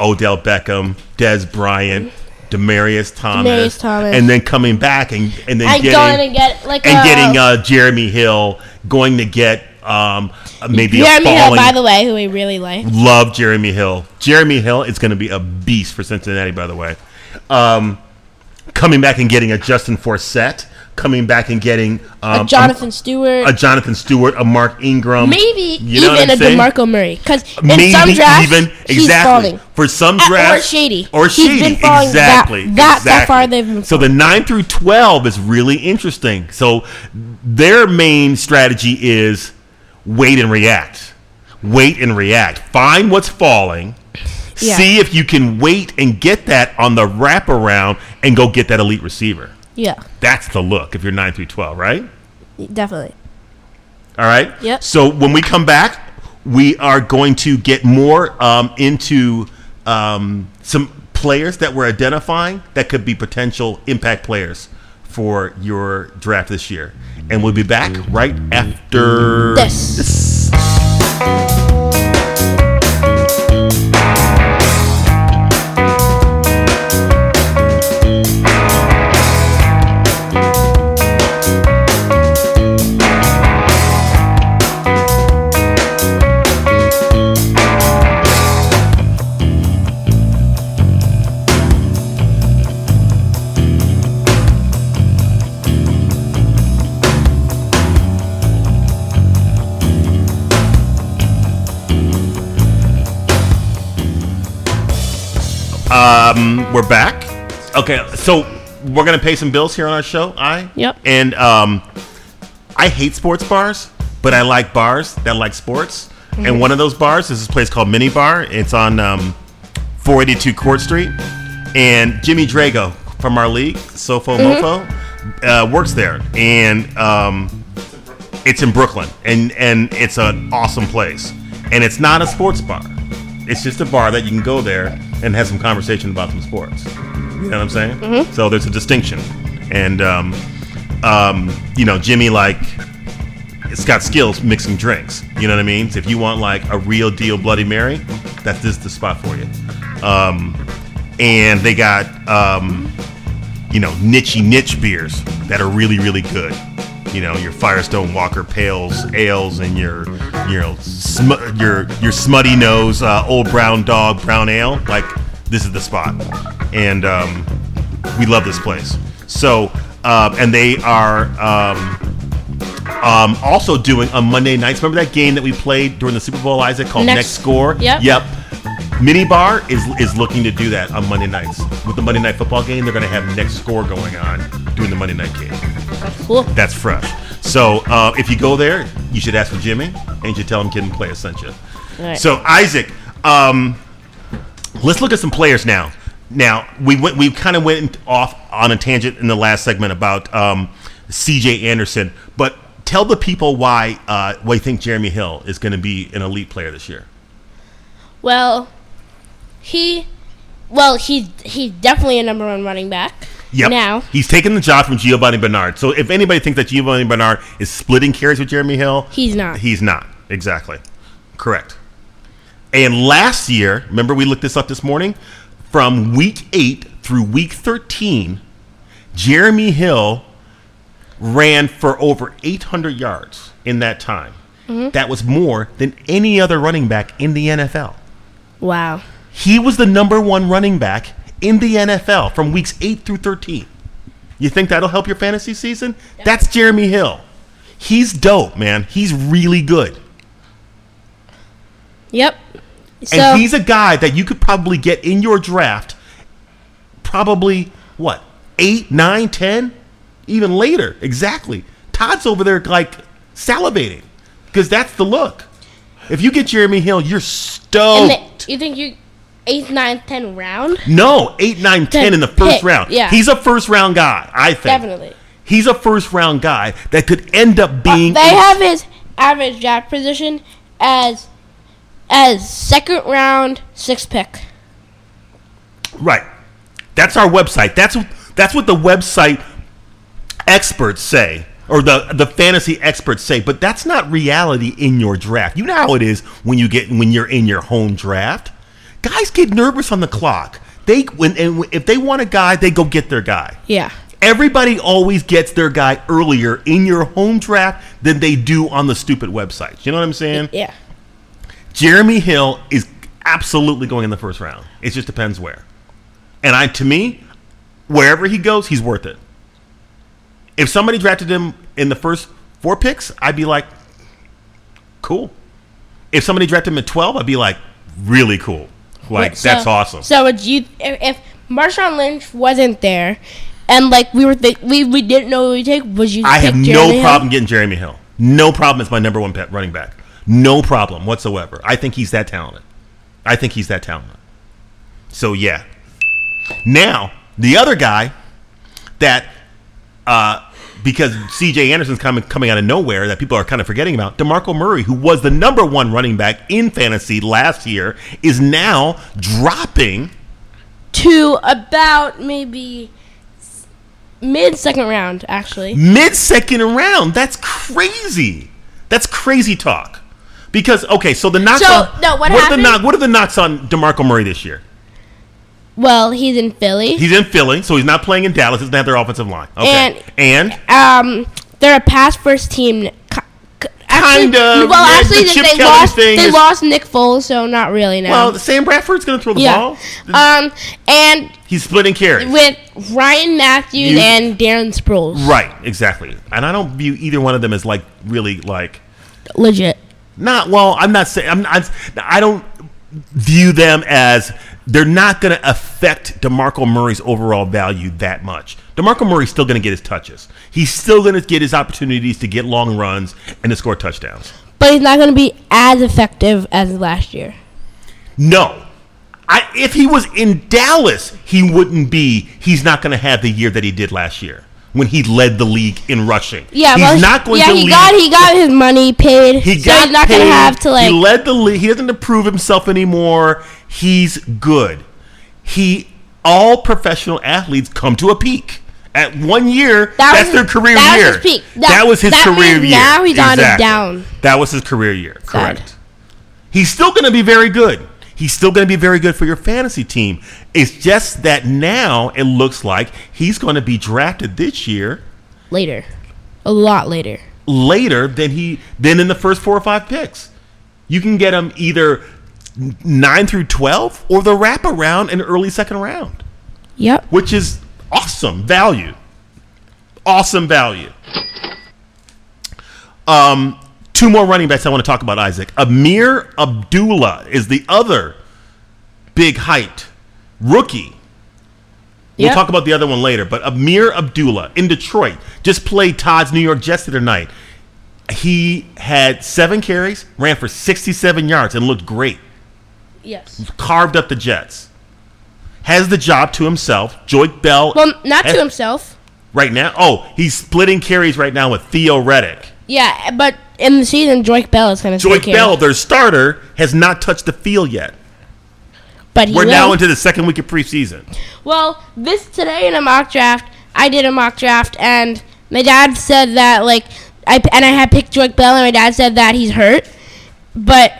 Speaker 4: Odell Beckham, Des Bryant, Demarius Thomas,
Speaker 5: Thomas.
Speaker 4: and then coming back and and then
Speaker 5: I
Speaker 4: getting
Speaker 5: going to get like
Speaker 4: and
Speaker 5: a,
Speaker 4: getting uh, Jeremy Hill going to get um, maybe
Speaker 5: Jeremy
Speaker 4: a
Speaker 5: Hill,
Speaker 4: falling. Um,
Speaker 5: by the way, who I really like.
Speaker 4: Love Jeremy Hill. Jeremy Hill is going to be a beast for Cincinnati, by the way. Um, coming back and getting a Justin Forsett. Coming back and getting um,
Speaker 5: a Jonathan Stewart.
Speaker 4: a Jonathan Stewart, a Mark Ingram,
Speaker 5: Maybe
Speaker 4: You know what
Speaker 5: even a
Speaker 4: I'm saying?
Speaker 5: DeMarco Murray. Because in
Speaker 4: Maybe
Speaker 5: some drafts,
Speaker 4: even
Speaker 5: he's
Speaker 4: exactly
Speaker 5: falling.
Speaker 4: for some
Speaker 5: Uh, or
Speaker 4: drafts
Speaker 5: Shady.
Speaker 4: or
Speaker 5: He's
Speaker 4: shady
Speaker 5: been falling that-
Speaker 4: exactly
Speaker 5: that- that
Speaker 4: exactly.
Speaker 5: far they've been
Speaker 4: so the nine through twelve is really interesting. So their main strategy is wait and react, wait and react. Find what's falling.
Speaker 5: Yeah.
Speaker 4: See if you can wait and get that on the wraparound and go get that elite receiver.
Speaker 5: Yeah,
Speaker 4: That's the look if you're nine through twelve, right?
Speaker 5: definitely.
Speaker 4: All right.
Speaker 5: Yep.
Speaker 4: So when we come back, we are going to get more um, into um, some players that we're identifying that could be potential impact players for your draft this year, and we'll be back right after
Speaker 5: This.
Speaker 4: Um, we're back. Okay, so we're gonna pay some bills here on our show. I
Speaker 5: Yep.
Speaker 4: And um, I hate sports bars, but I like bars that like sports. And one of those bars is this place called Mini Bar. It's on um, 482 Court Street. And Jimmy Drago from our league, Sofo Mofo, uh, works there. And um, it's in Brooklyn. And, and it's an awesome place. And it's not a sports bar, it's just a bar that you can go there and have some conversation about some sports. You know what I'm saying? So there's a distinction. And, um, um, you know, Jimmy, like, it's got skills mixing drinks. You know what I mean? So if you want like a real deal Bloody Mary, that's this is the spot for you. Um, and they got um, you know nichey niche beers that are really really good. You know your Firestone Walker pales ales and your your sm- your your smutty nose uh, old brown dog brown ale. Like this is the spot, and um, we love this place. So uh, and they are. Um, um, also doing on Monday nights. Remember that game that we played during the Super Bowl, Isaac, called
Speaker 5: Next-
Speaker 4: Next, Score?
Speaker 5: Yep.
Speaker 4: Yep. Mini Bar is is looking to do that on Monday nights with the Monday Night Football game. They're going to have Next Score going on during the Monday Night game.
Speaker 5: Cool.
Speaker 4: That's fresh. So uh, if you go there, you should ask for Jimmy and you should tell him Kid and Player sent you.
Speaker 5: Alright.
Speaker 4: So Isaac, um, let's look at some players now. Now we went, we kind of went off on a tangent in the last segment about um, C.J. Anderson, but tell the people why uh, why you think Jeremy Hill is going to be an elite player this year.
Speaker 5: Well, he, well, he's he's definitely a number one running back.
Speaker 4: Yep.
Speaker 5: Now,
Speaker 4: He's taking the job from Giovanni Bernard. So if anybody thinks that Giovanni Bernard is splitting carries with Jeremy Hill,
Speaker 5: He's not.
Speaker 4: He's not. Exactly. Correct. And last year, remember we looked this up this morning, from week 8 through week 13, Jeremy Hill ran for over 800 yards in that time.
Speaker 5: Mm-hmm.
Speaker 4: That was more than any other running back in the NFL.
Speaker 5: wow.
Speaker 4: He was the number one running back in the NFL from weeks 8 through 13. You think that'll help your fantasy season? That's Jeremy Hill. He's dope, man. He's really good.
Speaker 5: Yep. So
Speaker 4: and he's a guy that you could probably get in your draft probably what? 8, 9, 10, even later. Exactly. Todd's over there like salivating because that's the look. If you get Jeremy Hill, you're
Speaker 5: in
Speaker 4: stoked.
Speaker 5: the- you think you eighth, ninth, tenth round?
Speaker 4: No, eight, nine, ten in the first
Speaker 5: pick,
Speaker 4: round.
Speaker 5: yeah.
Speaker 4: He's a first round guy, I think.
Speaker 5: Definitely.
Speaker 4: He's a first round guy that could end up being
Speaker 5: they have his average draft position as as second round sixth pick.
Speaker 4: right. That's our website. That's that's what the website experts say or the the fantasy experts say, but that's not reality in your draft. You know how it is when you get when you're in your home draft. Guys get nervous on the clock. They when and if they want a guy, they go get their guy.
Speaker 5: Yeah.
Speaker 4: Everybody always gets their guy earlier in your home draft than they do on the stupid websites. You know what I'm saying?
Speaker 5: Yeah.
Speaker 4: Jeremy Hill is absolutely going in the first round. It just depends where. And I to me, wherever he goes, he's worth it. If somebody drafted him in the first four picks, I'd be like, cool. If somebody drafted him at 12, I'd be like, really cool. Like,
Speaker 5: So-
Speaker 4: that's awesome.
Speaker 5: So would you if, if Marshawn Lynch wasn't there and like we were th- we we didn't know who we take, would you
Speaker 4: I
Speaker 5: pick
Speaker 4: have
Speaker 5: Jeremy
Speaker 4: no
Speaker 5: Hill?
Speaker 4: problem getting Jeremy Hill. No problem as my number one pet running back. No problem whatsoever. I think he's that talented. I think he's that talented. So yeah. Now the other guy that uh, because C.J. Anderson's coming coming out of nowhere that people are kind of forgetting about Demarco Murray, who was the number one running back in fantasy last year, is now dropping.
Speaker 5: to about maybe mid second round actually.
Speaker 4: mid second round. That's crazy. That's crazy talk. Because okay, so the knocks.
Speaker 5: So,
Speaker 4: on,
Speaker 5: no, what
Speaker 4: Are the
Speaker 5: happened-
Speaker 4: knock, what are the knocks on Demarco Murray this year?
Speaker 5: Well, he's in Philly.
Speaker 4: He's in Philly, so he's not playing in Dallas. It's not their offensive line. Okay, and,
Speaker 5: um, they're a pass first team. ki- ki- Actually,
Speaker 4: Kinda,
Speaker 5: Well,
Speaker 4: yeah,
Speaker 5: actually,
Speaker 4: the
Speaker 5: they-
Speaker 4: Chip
Speaker 5: they,
Speaker 4: Kelly
Speaker 5: lost.
Speaker 4: thing
Speaker 5: They
Speaker 4: is-
Speaker 5: lost Nick Foles, so not really now.
Speaker 4: well, Sam Bradford's going to throw the
Speaker 5: yeah.
Speaker 4: ball.
Speaker 5: Um, and
Speaker 4: He's splitting carries.
Speaker 5: with Ryan Matthews
Speaker 4: You-
Speaker 5: and Darren Sproles,
Speaker 4: right, exactly. And I don't view either one of them as like really like
Speaker 5: legit.
Speaker 4: not well i'm not saying i'm not i don't view them as they're not going to affect demarco murray's overall value that much demarco murray's still going to get his touches he's still going to get his opportunities to get long runs and to score touchdowns
Speaker 5: but he's not going to be as effective as last year.
Speaker 4: No. I, if he was in Dallas, he wouldn't be. He's not going to have the year that he did last year when he led the league in rushing.
Speaker 5: Yeah,
Speaker 4: he's
Speaker 5: well,
Speaker 4: not going
Speaker 5: yeah,
Speaker 4: to
Speaker 5: he
Speaker 4: lead.
Speaker 5: got he got his money paid.
Speaker 4: He
Speaker 5: so
Speaker 4: got
Speaker 5: he's not going
Speaker 4: paid.
Speaker 5: to have to like
Speaker 4: He led the league. He doesn't have to prove himself anymore. He's good. He all professional athletes come to a peak. At one year,
Speaker 5: That
Speaker 4: that's
Speaker 5: was-
Speaker 4: their career
Speaker 5: that was
Speaker 4: year.
Speaker 5: his peak.
Speaker 4: That,
Speaker 5: That-
Speaker 4: was his
Speaker 5: that
Speaker 4: career
Speaker 5: means
Speaker 4: year.
Speaker 5: now he's on a
Speaker 4: Exactly.
Speaker 5: down.
Speaker 4: That was his career year.
Speaker 5: Sad.
Speaker 4: Correct. He's still going to be very good. He's still going to be very good for your fantasy team. It's just that now it looks like he's going to be drafted this year
Speaker 5: later, a lot later.
Speaker 4: later than he than in the first four or five picks. You can get him either nine through twelve or the wraparound in early second round,
Speaker 5: Yep.
Speaker 4: which is awesome value. Awesome value. Um, two more running backs I want to talk about. Isaac Amir Abdullah is the other big height rookie We'll
Speaker 5: Yep.
Speaker 4: talk about the other one later, but Amir Abdullah in Detroit just played Todd's New York Jets the other night. He had seven carries, ran for 67 yards, and looked great.
Speaker 5: Yes.
Speaker 4: Carved up the Jets. Has the job to himself. Joyke Bell.
Speaker 5: Well, not
Speaker 4: has-
Speaker 5: to himself.
Speaker 4: Right now. Oh, he's splitting carries right now with Theo Reddick.
Speaker 5: Yeah, but in the season, Joyke Bell is going to
Speaker 4: Joyke Bell, their starter, has not touched the field yet.
Speaker 5: But he
Speaker 4: We're
Speaker 5: will.
Speaker 4: now into the second week of preseason.
Speaker 5: Well, this today in a mock draft, I did a mock draft, and my dad said that like I and I had picked Drake Bell, and my dad said that he's hurt, but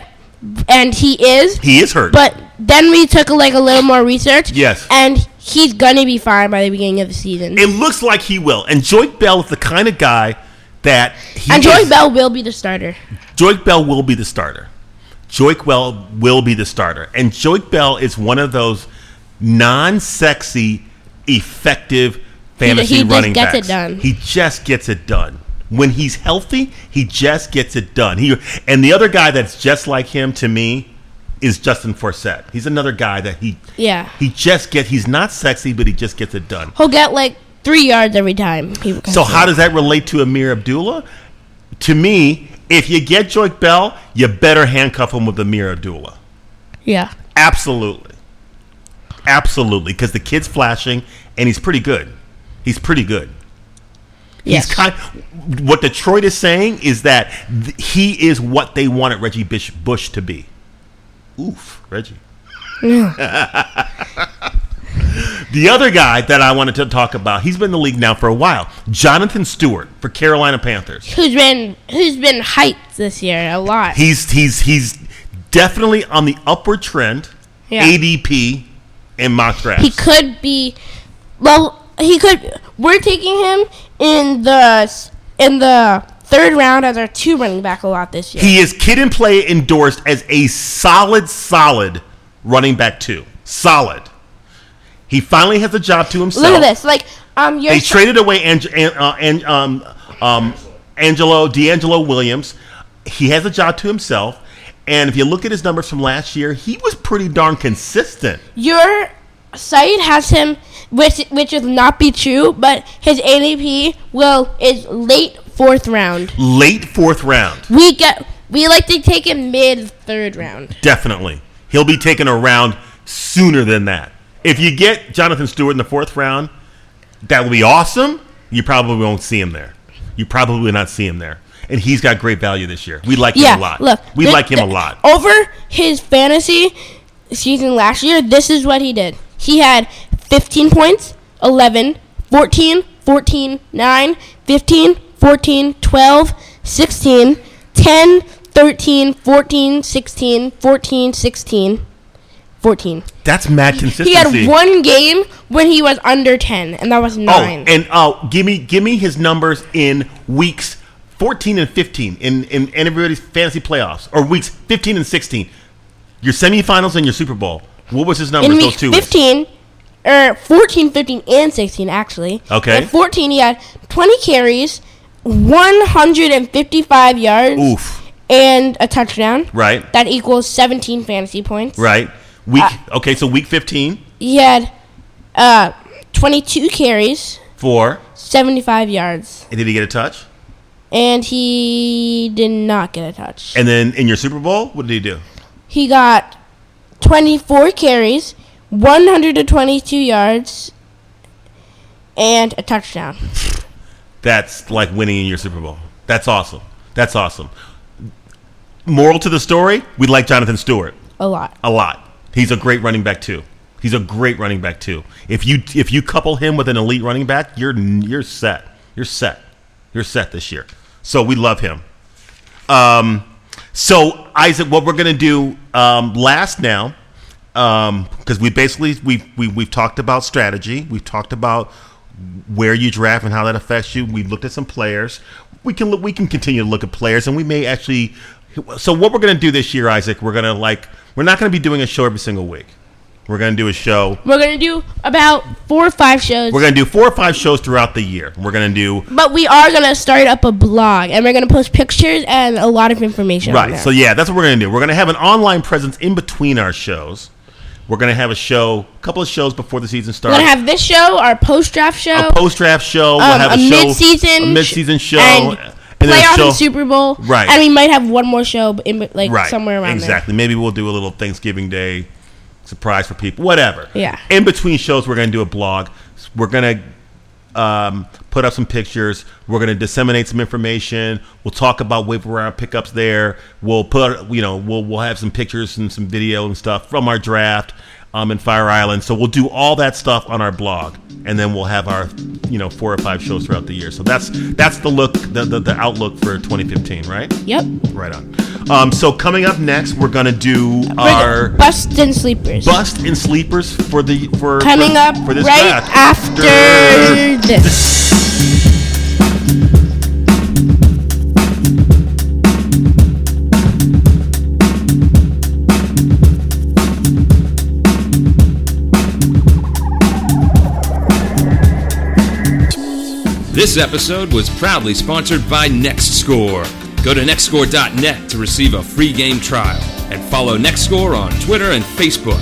Speaker 5: and he is.
Speaker 4: He is hurt.
Speaker 5: But then we took like a little more research.
Speaker 4: Yes.
Speaker 5: And he's gonna be fine by the beginning of the season.
Speaker 4: it looks like he will. And Joyke Bell is the kind of guy that he
Speaker 5: and
Speaker 4: is-
Speaker 5: Drake Bell will be the starter.
Speaker 4: Joyke Bell will be the starter. Joyke Bell will be the starter. And Joyke Bell is one of those non sexy, effective fantasy
Speaker 5: he just
Speaker 4: running
Speaker 5: gets
Speaker 4: backs.
Speaker 5: it done.
Speaker 4: He just gets it done. When he's healthy, he just gets it done. He and the other guy that's just like him to me is Justin Forsett. He's another guy that he
Speaker 5: Yeah.
Speaker 4: he just gets he's not sexy, but he just gets it done.
Speaker 5: He'll get like three yards every time. He comes
Speaker 4: So
Speaker 5: in.
Speaker 4: how does that relate to Amir Abdullah? To me, if you get Joyke Bell, you better handcuff him with Amir Abdullah.
Speaker 5: Yeah.
Speaker 4: Absolutely. Absolutely, because the kid's flashing and he's pretty good. He's pretty good.
Speaker 5: Yes.
Speaker 4: He's kind. What Detroit is saying is that th- he is what they wanted Reggie Bush, Bush to be. Oof, Reggie. the other guy that I wanted to talk about, he's been in the league now for a while. Jonathan Stewart for Carolina Panthers.
Speaker 5: who's been who's been hyped this year a lot?
Speaker 4: He's he's he's definitely on the upward trend.
Speaker 5: Yeah.
Speaker 4: ADP and mock drafts.
Speaker 5: he could be well he could we're taking him in the in the third round as our two running back a lot this year
Speaker 4: He is kid and play endorsed as a solid, solid running back two. Solid. He finally has a job to himself.
Speaker 5: look at this like um you're
Speaker 4: They traded away Ang- An- uh, An- um, um, Angelo D'Angelo Williams. He has a job to himself. And if you look at his numbers from last year, he was pretty darn consistent.
Speaker 5: your site has him which which would not be true but his adp will is late fourth round
Speaker 4: Late fourth round,
Speaker 5: we get we like to take him mid third round
Speaker 4: definitely. He'll be taken around sooner than that. If you get Jonathan Stewart in the fourth round, that would be awesome. You probably won't see him there. You probably will not see him there. And he's got great value this year. We like
Speaker 5: yeah
Speaker 4: him a lot.
Speaker 5: look oh,
Speaker 4: we
Speaker 5: thi-
Speaker 4: like him a
Speaker 5: thi-
Speaker 4: lot.
Speaker 5: over his fantasy season last year this is what he did he had 15 points 11 14 14 9 15 14 12 16 10 13 14 16 14 16 14
Speaker 4: That's mad consistency.
Speaker 5: he had one game when he was under 10 and that was
Speaker 4: Oh,
Speaker 5: 9
Speaker 4: and uh, give me give me his numbers in weeks fourteen and fifteen in in everybody's fantasy playoffs or weeks fifteen and sixteen, your semifinals and your Super Bowl. What was his numbers?
Speaker 5: in week
Speaker 4: those two. weeks?
Speaker 5: 15 or 14 15 er, and 16 actually
Speaker 4: Okay.
Speaker 5: At 14 he had 20 carries 155 yards
Speaker 4: Oof.
Speaker 5: and a touchdown
Speaker 4: Right.
Speaker 5: that equals 17 fantasy points
Speaker 4: Right. Week. okay, so week fifteen
Speaker 5: he had uh, 22 carries
Speaker 4: for.
Speaker 5: 75 yards
Speaker 4: Did he get a touch?
Speaker 5: and he did not get a touch.
Speaker 4: And then in your Super Bowl, what did he do?
Speaker 5: He got 24 carries, 122 yards, and a touchdown.
Speaker 4: That's like winning in your Super Bowl. That's awesome. That's awesome. Moral to the story: We like Jonathan Stewart
Speaker 5: A lot.
Speaker 4: a lot. He's a great running back too. He's a great running back too. If you if you couple him with an elite running back, you're you're set. You're set. You're set this year. So we love him. Um, so Isaac, what we're gonna do um, last now, because we basically we we we've talked about strategy. We've talked about where you draft and how that affects you. We've looked at some players. We can look, we can continue to look at players, and we may actually. So what we're gonna do this year, Isaac? We're gonna like we're not gonna be doing a show every single week. We're gonna do a show.
Speaker 5: We're going to do about four or five shows.
Speaker 4: We're gonna do four or five shows throughout the year. We're gonna do
Speaker 5: but we are going to start up a blog, and we're going to post pictures and a lot of information. on
Speaker 4: Right.
Speaker 5: there.
Speaker 4: So yeah, that's what we're gonna do. We're gonna have an online presence in between our shows. We're gonna have a show, a couple of shows before the season
Speaker 5: we're
Speaker 4: starts.
Speaker 5: going to have this show, our post draft show,
Speaker 4: a post draft show. we'll
Speaker 5: um,
Speaker 4: have a,
Speaker 5: a
Speaker 4: show,
Speaker 5: mid-season
Speaker 4: a
Speaker 5: sh-
Speaker 4: mid-season show,
Speaker 5: and
Speaker 4: then a
Speaker 5: playoff
Speaker 4: show-
Speaker 5: and Super Bowl.
Speaker 4: Right.
Speaker 5: And we might have one more show, in, be- like
Speaker 4: right,
Speaker 5: somewhere around there.
Speaker 4: exactly. Maybe we'll do a little Thanksgiving Day surprise for people, whatever.
Speaker 5: Yeah.
Speaker 4: In between shows, we're going to do a blog. We're going to um, put up some pictures. We're going to disseminate some information. We'll talk about waiver wire pickups there. We'll put, you know, we'll we'll have some pictures and some video and stuff from our draft. Um, in Fire Island, so we'll do all that stuff on our blog, and then we'll have our, you know, four or five shows throughout the year. So that's that's the look, the the, the outlook for 2015, right?
Speaker 5: Yep.
Speaker 4: Right on. Um, so coming up next, we're gonna do our
Speaker 5: Our Bust and Sleepers.
Speaker 4: bust and sleepers for the for
Speaker 5: Coming
Speaker 4: for-
Speaker 5: up
Speaker 4: for this
Speaker 5: right
Speaker 4: draft.
Speaker 5: after this.
Speaker 1: This episode was proudly sponsored by NextScore. Go to nextscore.net to receive a free game trial and follow NextScore on Twitter and Facebook.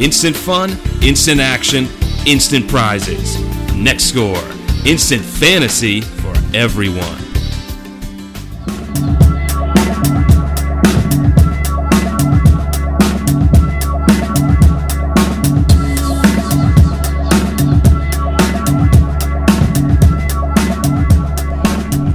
Speaker 1: Instant fun, instant action, instant prizes. NextScore, instant fantasy for everyone.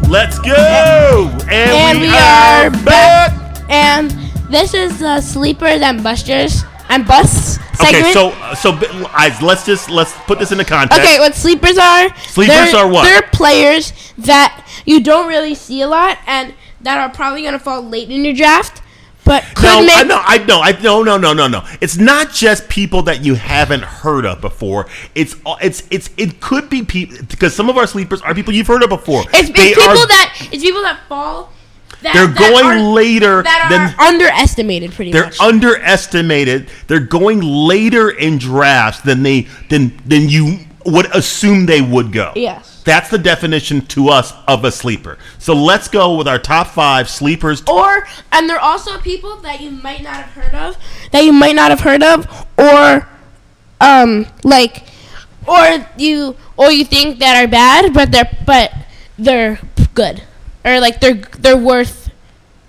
Speaker 4: Let's go! And,
Speaker 5: And
Speaker 4: we,
Speaker 5: we
Speaker 4: are,
Speaker 5: are
Speaker 4: back.
Speaker 5: And this is the Sleepers and Busters and Busts segment.
Speaker 4: Okay, so uh, so bi- I- let's just let's put this into context.
Speaker 5: Okay, what sleepers are?
Speaker 4: Sleepers
Speaker 5: they're-
Speaker 4: are what?
Speaker 5: They're players that you don't really see a lot and that are probably going to fall late in your draft, but could
Speaker 4: No,
Speaker 5: make
Speaker 4: I know, I know, I no, no, no, no, no. It's not just people that you haven't heard of before. It's all- it's it's it could be people because some of our sleepers are people you've heard of before.
Speaker 5: It's,
Speaker 4: They
Speaker 5: it's people
Speaker 4: are-
Speaker 5: that it's people that fall. That,
Speaker 4: They're
Speaker 5: that
Speaker 4: going
Speaker 5: are-
Speaker 4: later
Speaker 5: That
Speaker 4: than-
Speaker 5: are underestimated, pretty
Speaker 4: They're
Speaker 5: much.
Speaker 4: underestimated. They're going later in drafts than they than than you would assume they would go.
Speaker 5: Yes.
Speaker 4: That's the definition to us of a sleeper. So let's go with our top five sleepers.
Speaker 5: or and they're also people that you might not have heard of, that you might not have heard of, or um like, or you or you think that are bad, but they're but they're good, or like they're they're worth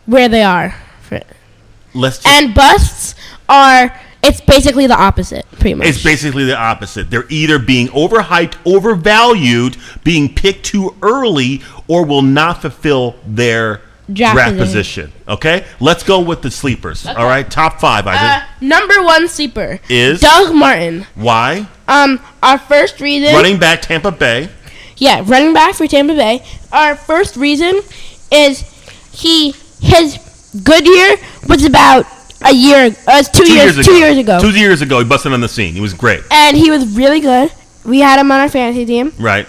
Speaker 5: where they are. For-
Speaker 4: Let's just,
Speaker 5: And busts are it's basically the opposite, pretty much.
Speaker 4: it's basically the opposite. They're either being overhyped, overvalued, being picked too early, or will not fulfill their draft,
Speaker 5: Draft
Speaker 4: position. Okay? Let's go with the sleepers. All right? Top five, I
Speaker 5: uh,
Speaker 4: think.
Speaker 5: number one sleeper
Speaker 4: Is?
Speaker 5: Doug Martin.
Speaker 4: Why?
Speaker 5: Um, our first reason.
Speaker 4: Running back Tampa Bay.
Speaker 5: Yeah, running back for Tampa Bay. Our first reason is he his good year was about a year, uh, two, years, two years ago,
Speaker 4: Two years ago, he busted on the scene. He was great,
Speaker 5: and he was really good. We had him on our fantasy team,
Speaker 4: right?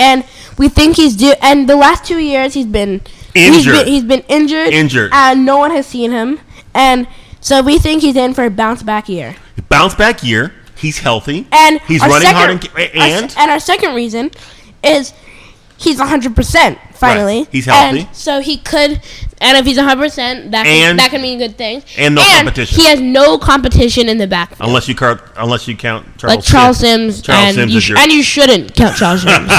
Speaker 5: and we think he's due. And the last two years, he's been he's
Speaker 4: Injured.
Speaker 5: been, he's been injured,
Speaker 4: Injured.
Speaker 5: and no one has seen him. And so we think he's in for a bounce back year.
Speaker 4: Bounce back year. He's healthy.
Speaker 5: And
Speaker 4: he's
Speaker 5: our
Speaker 4: running
Speaker 5: second,
Speaker 4: hard and,
Speaker 5: our se-
Speaker 4: and
Speaker 5: and our second reason is he's 100% finally.
Speaker 4: He's healthy.
Speaker 5: And so he could and if he's 100% that can,
Speaker 4: And-
Speaker 5: that can mean good things.
Speaker 4: and no competition.
Speaker 5: He has no competition in the backfield.
Speaker 4: unless you count, unless you count Charles
Speaker 5: like Charles
Speaker 4: Sims.
Speaker 5: Sims,
Speaker 4: Charles
Speaker 5: and
Speaker 4: Sims
Speaker 5: you
Speaker 4: is
Speaker 5: sh-
Speaker 4: your-
Speaker 5: and you shouldn't count Charles Sims.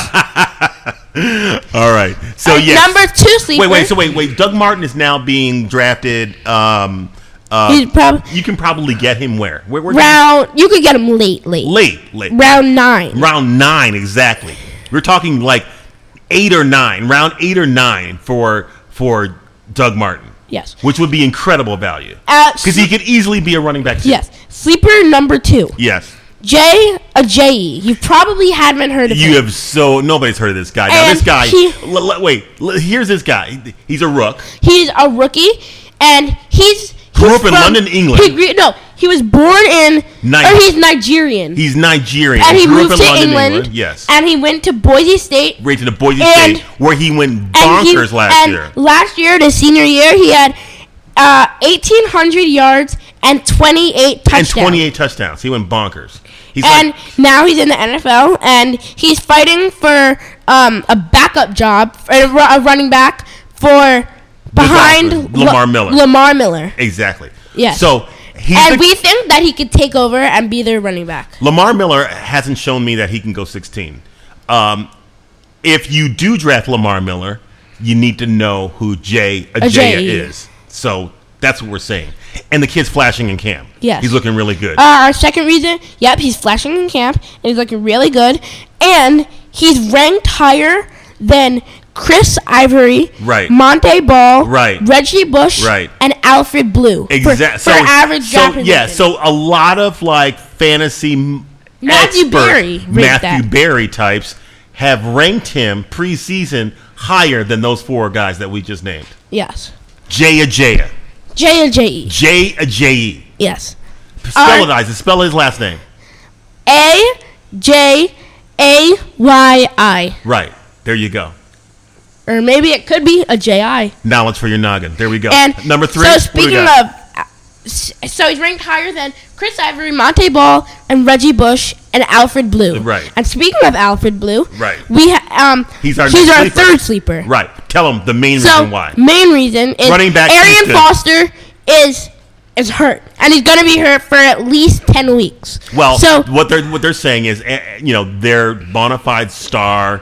Speaker 4: All right. So yes.
Speaker 5: Number two sleeper.
Speaker 4: wait, wait. So wait, wait. Doug Martin is now being drafted. Um, uh,
Speaker 5: He's prob-
Speaker 4: you can probably get him where? Where? where
Speaker 5: round. You could get him late, late.
Speaker 4: late, late.
Speaker 5: Round nine.
Speaker 4: Round nine, exactly. We're talking like eight or nine, round eight or nine for for Doug Martin.
Speaker 5: Yes.
Speaker 4: Which would be incredible value.
Speaker 5: Uh,
Speaker 4: Because he could easily be a running back. too.
Speaker 5: Yes. Sleeper number two.
Speaker 4: Yes.
Speaker 5: Jay Ajayi. You probably haven't heard of
Speaker 4: You
Speaker 5: him.
Speaker 4: have so nobody's heard of this guy. Now
Speaker 5: And
Speaker 4: this guy.
Speaker 5: he-
Speaker 4: l- l- wait, l- here's this guy. He's a rook.
Speaker 5: He's a rookie, and he's
Speaker 4: Grew
Speaker 5: he's
Speaker 4: up in London, England.
Speaker 5: He grew, no, he was born in.
Speaker 4: Nice.
Speaker 5: Or he's Nigerian.
Speaker 4: He's Nigerian.
Speaker 5: and he
Speaker 4: grew
Speaker 5: moved
Speaker 4: up in
Speaker 5: to
Speaker 4: London,
Speaker 5: England,
Speaker 4: Yes.
Speaker 5: And he went to Boise State.
Speaker 4: right to the Boise
Speaker 5: and-
Speaker 4: State, where he went
Speaker 5: and he-
Speaker 4: bonkers last
Speaker 5: and
Speaker 4: year.
Speaker 5: Last year, the senior year, he had uh, 1,800 yards and 28 touchdowns.
Speaker 4: And 28 touchdowns. He went bonkers. He's
Speaker 5: and
Speaker 4: like,
Speaker 5: now he's in the NFL, and he's fighting for um, a backup job, for a, ru- a running back for behind
Speaker 4: Dolphins, Lamar Miller.
Speaker 5: Lamar Miller,
Speaker 4: exactly.
Speaker 5: Yes.
Speaker 4: So he's
Speaker 5: and
Speaker 4: the-
Speaker 5: we think that he could take over and be their running back.
Speaker 4: Lamar Miller hasn't shown me that he can go 16. Um, if you do draft Lamar Miller, you need to know who Jay Ajay
Speaker 5: Ajayi.
Speaker 4: is. So that's what we're saying. And the kid's flashing in camp.
Speaker 5: Yes.
Speaker 4: He's looking really good.
Speaker 5: Uh, our second reason, yep, he's flashing in camp and he's looking really good, and he's ranked higher than Chris Ivory,
Speaker 4: Right.
Speaker 5: Monte Ball,
Speaker 4: Right.
Speaker 5: Reggie Bush,
Speaker 4: Right.
Speaker 5: and Alfred Blue,
Speaker 4: Exactly.
Speaker 5: for, for average
Speaker 4: So
Speaker 5: draft
Speaker 4: yeah.
Speaker 5: position.
Speaker 4: So a lot of like fantasy m-
Speaker 5: Matthew
Speaker 4: expert
Speaker 5: Berry ranked
Speaker 4: Matthew
Speaker 5: that.
Speaker 4: Berry types have ranked him preseason higher than those four guys that we just named.
Speaker 5: yes,
Speaker 4: Jay Ajay.
Speaker 5: J and J E,
Speaker 4: Jay Ajayi.
Speaker 5: yes.
Speaker 4: Spell it, Isaac. Spell his last name.
Speaker 5: A J A Y I.
Speaker 4: Right. There you go.
Speaker 5: Or maybe it could be a J I.
Speaker 4: Knowledge for your noggin. There we go.
Speaker 5: And
Speaker 4: Number three.
Speaker 5: So
Speaker 4: what do we
Speaker 5: speaking
Speaker 4: got?
Speaker 5: of uh, s- so he's ranked higher than Chris Ivory, Monte Ball, and Reggie Bush and Alfred Blue.
Speaker 4: Right.
Speaker 5: And speaking of Alfred Blue,
Speaker 4: Right.
Speaker 5: We ha- um
Speaker 4: He's our
Speaker 5: he's
Speaker 4: next
Speaker 5: our
Speaker 4: sleeper.
Speaker 5: third sleeper.
Speaker 4: Right. Tell him the main
Speaker 5: So
Speaker 4: reason why.
Speaker 5: main reason is
Speaker 4: Running back is
Speaker 5: Arian
Speaker 4: good.
Speaker 5: Foster is is hurt and he's gonna be hurt for at least ten weeks.
Speaker 4: Well,
Speaker 5: so
Speaker 4: what they're what they're saying is, eh, you know, their bona fide star,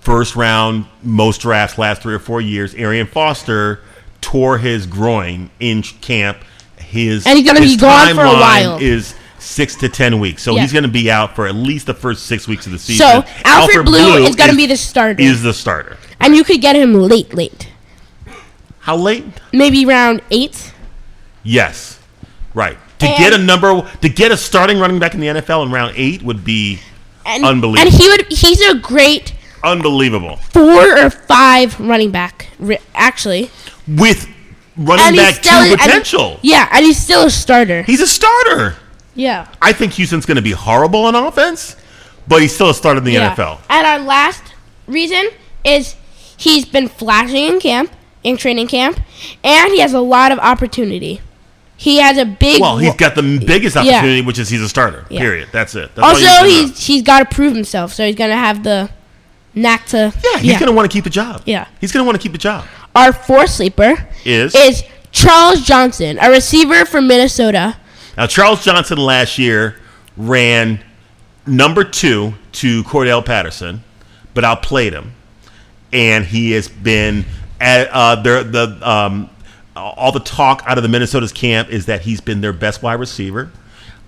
Speaker 4: first round, most drafts last three or four years. Arian Foster tore his groin in tr- camp. His
Speaker 5: And he's gonna
Speaker 4: his
Speaker 5: be gone for a
Speaker 4: timeline
Speaker 5: while.
Speaker 4: Is six to ten weeks, so
Speaker 5: Yeah.
Speaker 4: he's going to be out for at least the first six weeks of the season.
Speaker 5: So, Alfred Blue is gonna be the starter.
Speaker 4: Is the starter?
Speaker 5: and you could get him late, late.
Speaker 4: How late?
Speaker 5: Maybe round eight.
Speaker 4: Yes, right. To
Speaker 5: And-
Speaker 4: get a number, to get a starting running back in the NFL in round eight would be
Speaker 5: And,
Speaker 4: Unbelievable.
Speaker 5: And he would he's a great
Speaker 4: unbelievable.
Speaker 5: four or five running back ri- actually.
Speaker 4: with running back two
Speaker 5: and he-
Speaker 4: potential.
Speaker 5: yeah, and he's still a starter.
Speaker 4: he's a starter.
Speaker 5: yeah.
Speaker 4: I think Houston's going to be horrible on offense, but he's still a starter in the
Speaker 5: yeah.
Speaker 4: NFL.
Speaker 5: And our last reason is he's been flashing in camp, in training camp, and he has a lot of opportunity. He has a big
Speaker 4: Well, he's
Speaker 5: wo-
Speaker 4: got the biggest
Speaker 5: Yeah.
Speaker 4: opportunity, which is he's a starter.
Speaker 5: Yeah.
Speaker 4: Period. That's it. That's all you
Speaker 5: also
Speaker 4: need to know.
Speaker 5: he's he's got to prove himself, so he's going to have the knack to
Speaker 4: yeah, he's going to want to keep a job.
Speaker 5: Yeah.
Speaker 4: he's going to want to keep a job.
Speaker 5: our fourth sleeper
Speaker 4: Is?
Speaker 5: is Charles Johnson, a receiver from Minnesota.
Speaker 4: Now Charles Johnson last year ran number two to Cordell Patterson, but outplayed him, and he has been at, uh, their, the um, all the talk out of the Minnesota's camp is that he's been their best wide receiver.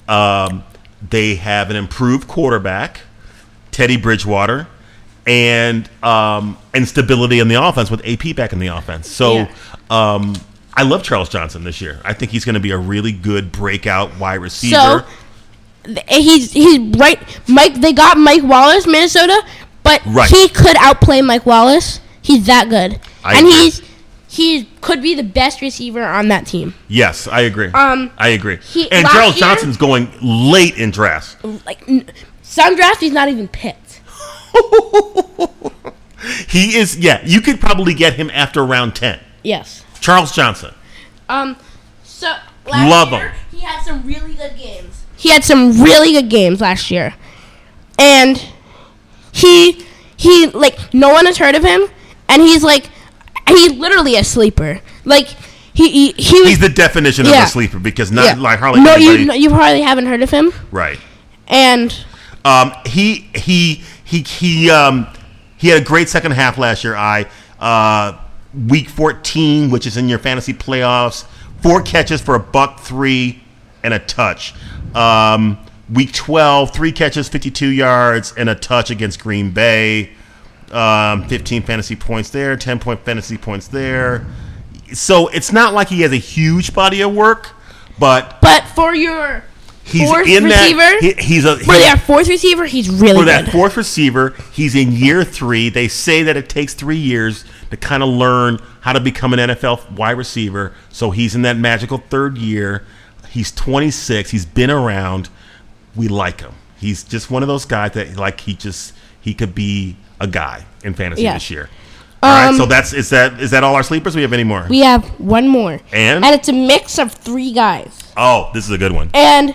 Speaker 4: Um, they have an improved quarterback, Teddy Bridgewater, and um, and stability in the offense with AP back in the offense. So.
Speaker 5: Yeah.
Speaker 4: Um, I love Charles Johnson this year. I think he's going to be a really good breakout wide receiver.
Speaker 5: So th- he's he's right. Mike they got Mike Wallace Minnesota, but
Speaker 4: Right.
Speaker 5: he could outplay Mike Wallace. He's that good,
Speaker 4: I
Speaker 5: and
Speaker 4: agree.
Speaker 5: he's he could be the best receiver on that team.
Speaker 4: Yes, I agree.
Speaker 5: Um,
Speaker 4: I agree.
Speaker 5: he-
Speaker 4: and
Speaker 5: last
Speaker 4: Charles
Speaker 5: year-
Speaker 4: Johnson's going late in drafts.
Speaker 5: Like n- some drafts, he's not even picked.
Speaker 4: He is. Yeah, you could probably get him after round ten.
Speaker 5: Yes.
Speaker 4: Charles Johnson.
Speaker 5: Um. So last
Speaker 4: Love
Speaker 5: year,
Speaker 4: him.
Speaker 5: he had some really good games. He had some really good games last year, and he he like no one has heard of him, and he's like he's literally a sleeper. Like he he, he was
Speaker 4: He's the definition
Speaker 5: Yeah.
Speaker 4: of a sleeper because not
Speaker 5: yeah.
Speaker 4: like hardly
Speaker 5: no
Speaker 4: anybody.
Speaker 5: you no, you probably haven't heard of him,
Speaker 4: Right.
Speaker 5: and
Speaker 4: Um, he he he he um He had a great second half last year. I uh, week 14, which is in your fantasy playoffs, four catches for a buck three and a touch. Um, week 12, three catches, 52 yards and a touch against Green Bay. Um, 15 fantasy points there, 10 point fantasy points there. So it's not like he has a huge body of work, but
Speaker 5: But for your
Speaker 4: he's
Speaker 5: fourth
Speaker 4: in
Speaker 5: receiver,
Speaker 4: that. he- he's a
Speaker 5: for their fourth receiver, he's really
Speaker 4: for
Speaker 5: good.
Speaker 4: that fourth receiver, he's in year three. They say that it takes three years to kind of learn how to become an NFL wide receiver. So he's in that magical third year. He's 26. He's been around. We like him. He's just one of those guys that like he just he could be a guy in fantasy
Speaker 5: Yeah. Um,
Speaker 4: this year. All right. So that's is that is that all our sleepers? We have any more?
Speaker 5: we have one more,
Speaker 4: And?
Speaker 5: and it's a mix of three guys.
Speaker 4: oh, this is a good one.
Speaker 5: and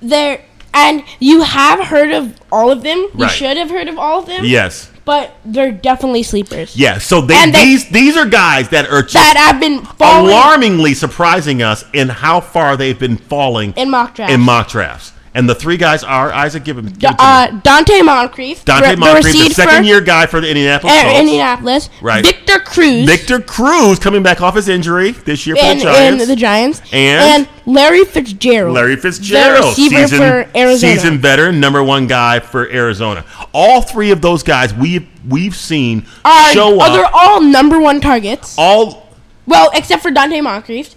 Speaker 5: there and you have heard of all of them. You
Speaker 4: Right.
Speaker 5: should have heard of all of them.
Speaker 4: Yes.
Speaker 5: but they're definitely sleepers.
Speaker 4: Yeah. So they,
Speaker 5: And they-
Speaker 4: these these are guys that are just
Speaker 5: that have been falling
Speaker 4: alarmingly surprising us in how far they've been falling
Speaker 5: in mock drafts.
Speaker 4: in mock drafts. And the three guys are Isaac, give him, give it to me.
Speaker 5: uh, Dante Moncrief,
Speaker 4: Dante
Speaker 5: re-
Speaker 4: Moncrief, the
Speaker 5: receiver
Speaker 4: second
Speaker 5: for-
Speaker 4: year guy for the Indianapolis
Speaker 5: uh,
Speaker 4: Colts.
Speaker 5: Indianapolis,
Speaker 4: Right.
Speaker 5: Victor Cruz,
Speaker 4: Victor Cruz coming back off his injury this year for
Speaker 5: and,
Speaker 4: the Giants.
Speaker 5: and the Giants,
Speaker 4: And?
Speaker 5: Larry Fitzgerald,
Speaker 4: Larry Fitzgerald,
Speaker 5: the receiver
Speaker 4: season,
Speaker 5: for Arizona.
Speaker 4: season veteran, number one guy for Arizona. All three of those guys we we've seen
Speaker 5: Are-
Speaker 4: show
Speaker 5: are They're
Speaker 4: up.
Speaker 5: all number one targets.
Speaker 4: All
Speaker 5: well, except for Dante Moncrief,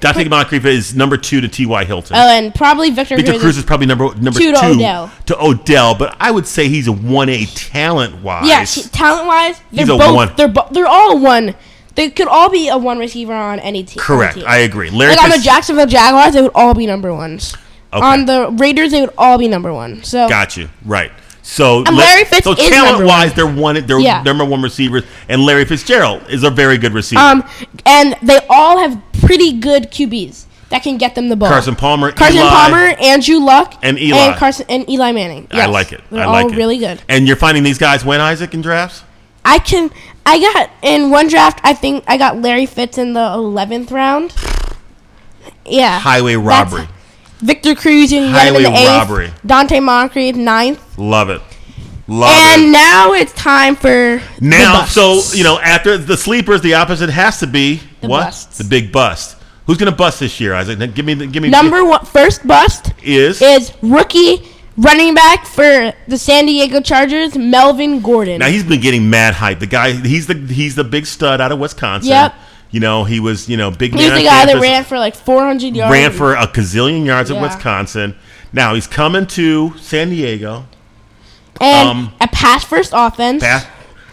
Speaker 4: Dante Moncrief is number two to T. Y. Hilton.
Speaker 5: oh, and probably Victor,
Speaker 4: Victor Cruz is probably number number two,
Speaker 5: Two to Odell.
Speaker 4: to Odell, but I would say he's a one A talent wise.
Speaker 5: Yeah, talent wise, they're
Speaker 4: He's a
Speaker 5: both
Speaker 4: one.
Speaker 5: they're bo- they're all one. They could all be a one receiver on any team.
Speaker 4: Correct.
Speaker 5: Any team.
Speaker 4: I agree. Larry
Speaker 5: like on the
Speaker 4: Fitz-
Speaker 5: Jacksonville Jaguars, they would all be number ones.
Speaker 4: Okay.
Speaker 5: On the Raiders, they would all be number one. So
Speaker 4: Got you right. So
Speaker 5: And
Speaker 4: let-
Speaker 5: Larry Fitz
Speaker 4: so
Speaker 5: is number
Speaker 4: talent wise, they're one. They're
Speaker 5: Yeah.
Speaker 4: number one receivers, and Larry Fitzgerald is a very good receiver.
Speaker 5: um, and they all have pretty good QBs that can get them the ball.
Speaker 4: Carson Palmer,
Speaker 5: Carson
Speaker 4: Eli,
Speaker 5: Palmer, Andrew Luck,
Speaker 4: And Eli.
Speaker 5: and Carson and Eli Manning.
Speaker 4: I
Speaker 5: Yes.
Speaker 4: like it.
Speaker 5: They're
Speaker 4: I
Speaker 5: all
Speaker 4: like it.
Speaker 5: really good.
Speaker 4: And you're finding these guys when Isaac in drafts.
Speaker 5: I can. I got in one draft. I think I got Larry Fitz in the eleventh round. Yeah.
Speaker 4: Highway
Speaker 5: That's-
Speaker 4: robbery.
Speaker 5: Victor Cruz in
Speaker 4: Highway
Speaker 5: Highway the eighth,
Speaker 4: robbery.
Speaker 5: Dante Moncrief ninth,
Speaker 4: Love it. Love it.
Speaker 5: and now it's time for
Speaker 4: Now,
Speaker 5: the busts.
Speaker 4: so you know, after the sleepers, the opposite has to be
Speaker 5: The
Speaker 4: what
Speaker 5: busts.
Speaker 4: the big bust. Who's going to bust this year, Isaac? Now, Give me, the, give me
Speaker 5: number one first bust
Speaker 4: is,
Speaker 5: is rookie running back for the San Diego Chargers, Melvin Gordon.
Speaker 4: now he's been getting mad hype. The guy, he's the he's the big stud out of Wisconsin.
Speaker 5: Yep.
Speaker 4: You know, he was you know big.
Speaker 5: He's
Speaker 4: man
Speaker 5: the
Speaker 4: on
Speaker 5: guy that
Speaker 4: campus,
Speaker 5: ran for like 400 yards.
Speaker 4: ran for a gazillion yards at
Speaker 5: Yeah.
Speaker 4: Wisconsin. Now he's coming to San Diego.
Speaker 5: and
Speaker 4: um,
Speaker 5: a pass first offense.
Speaker 4: Pass.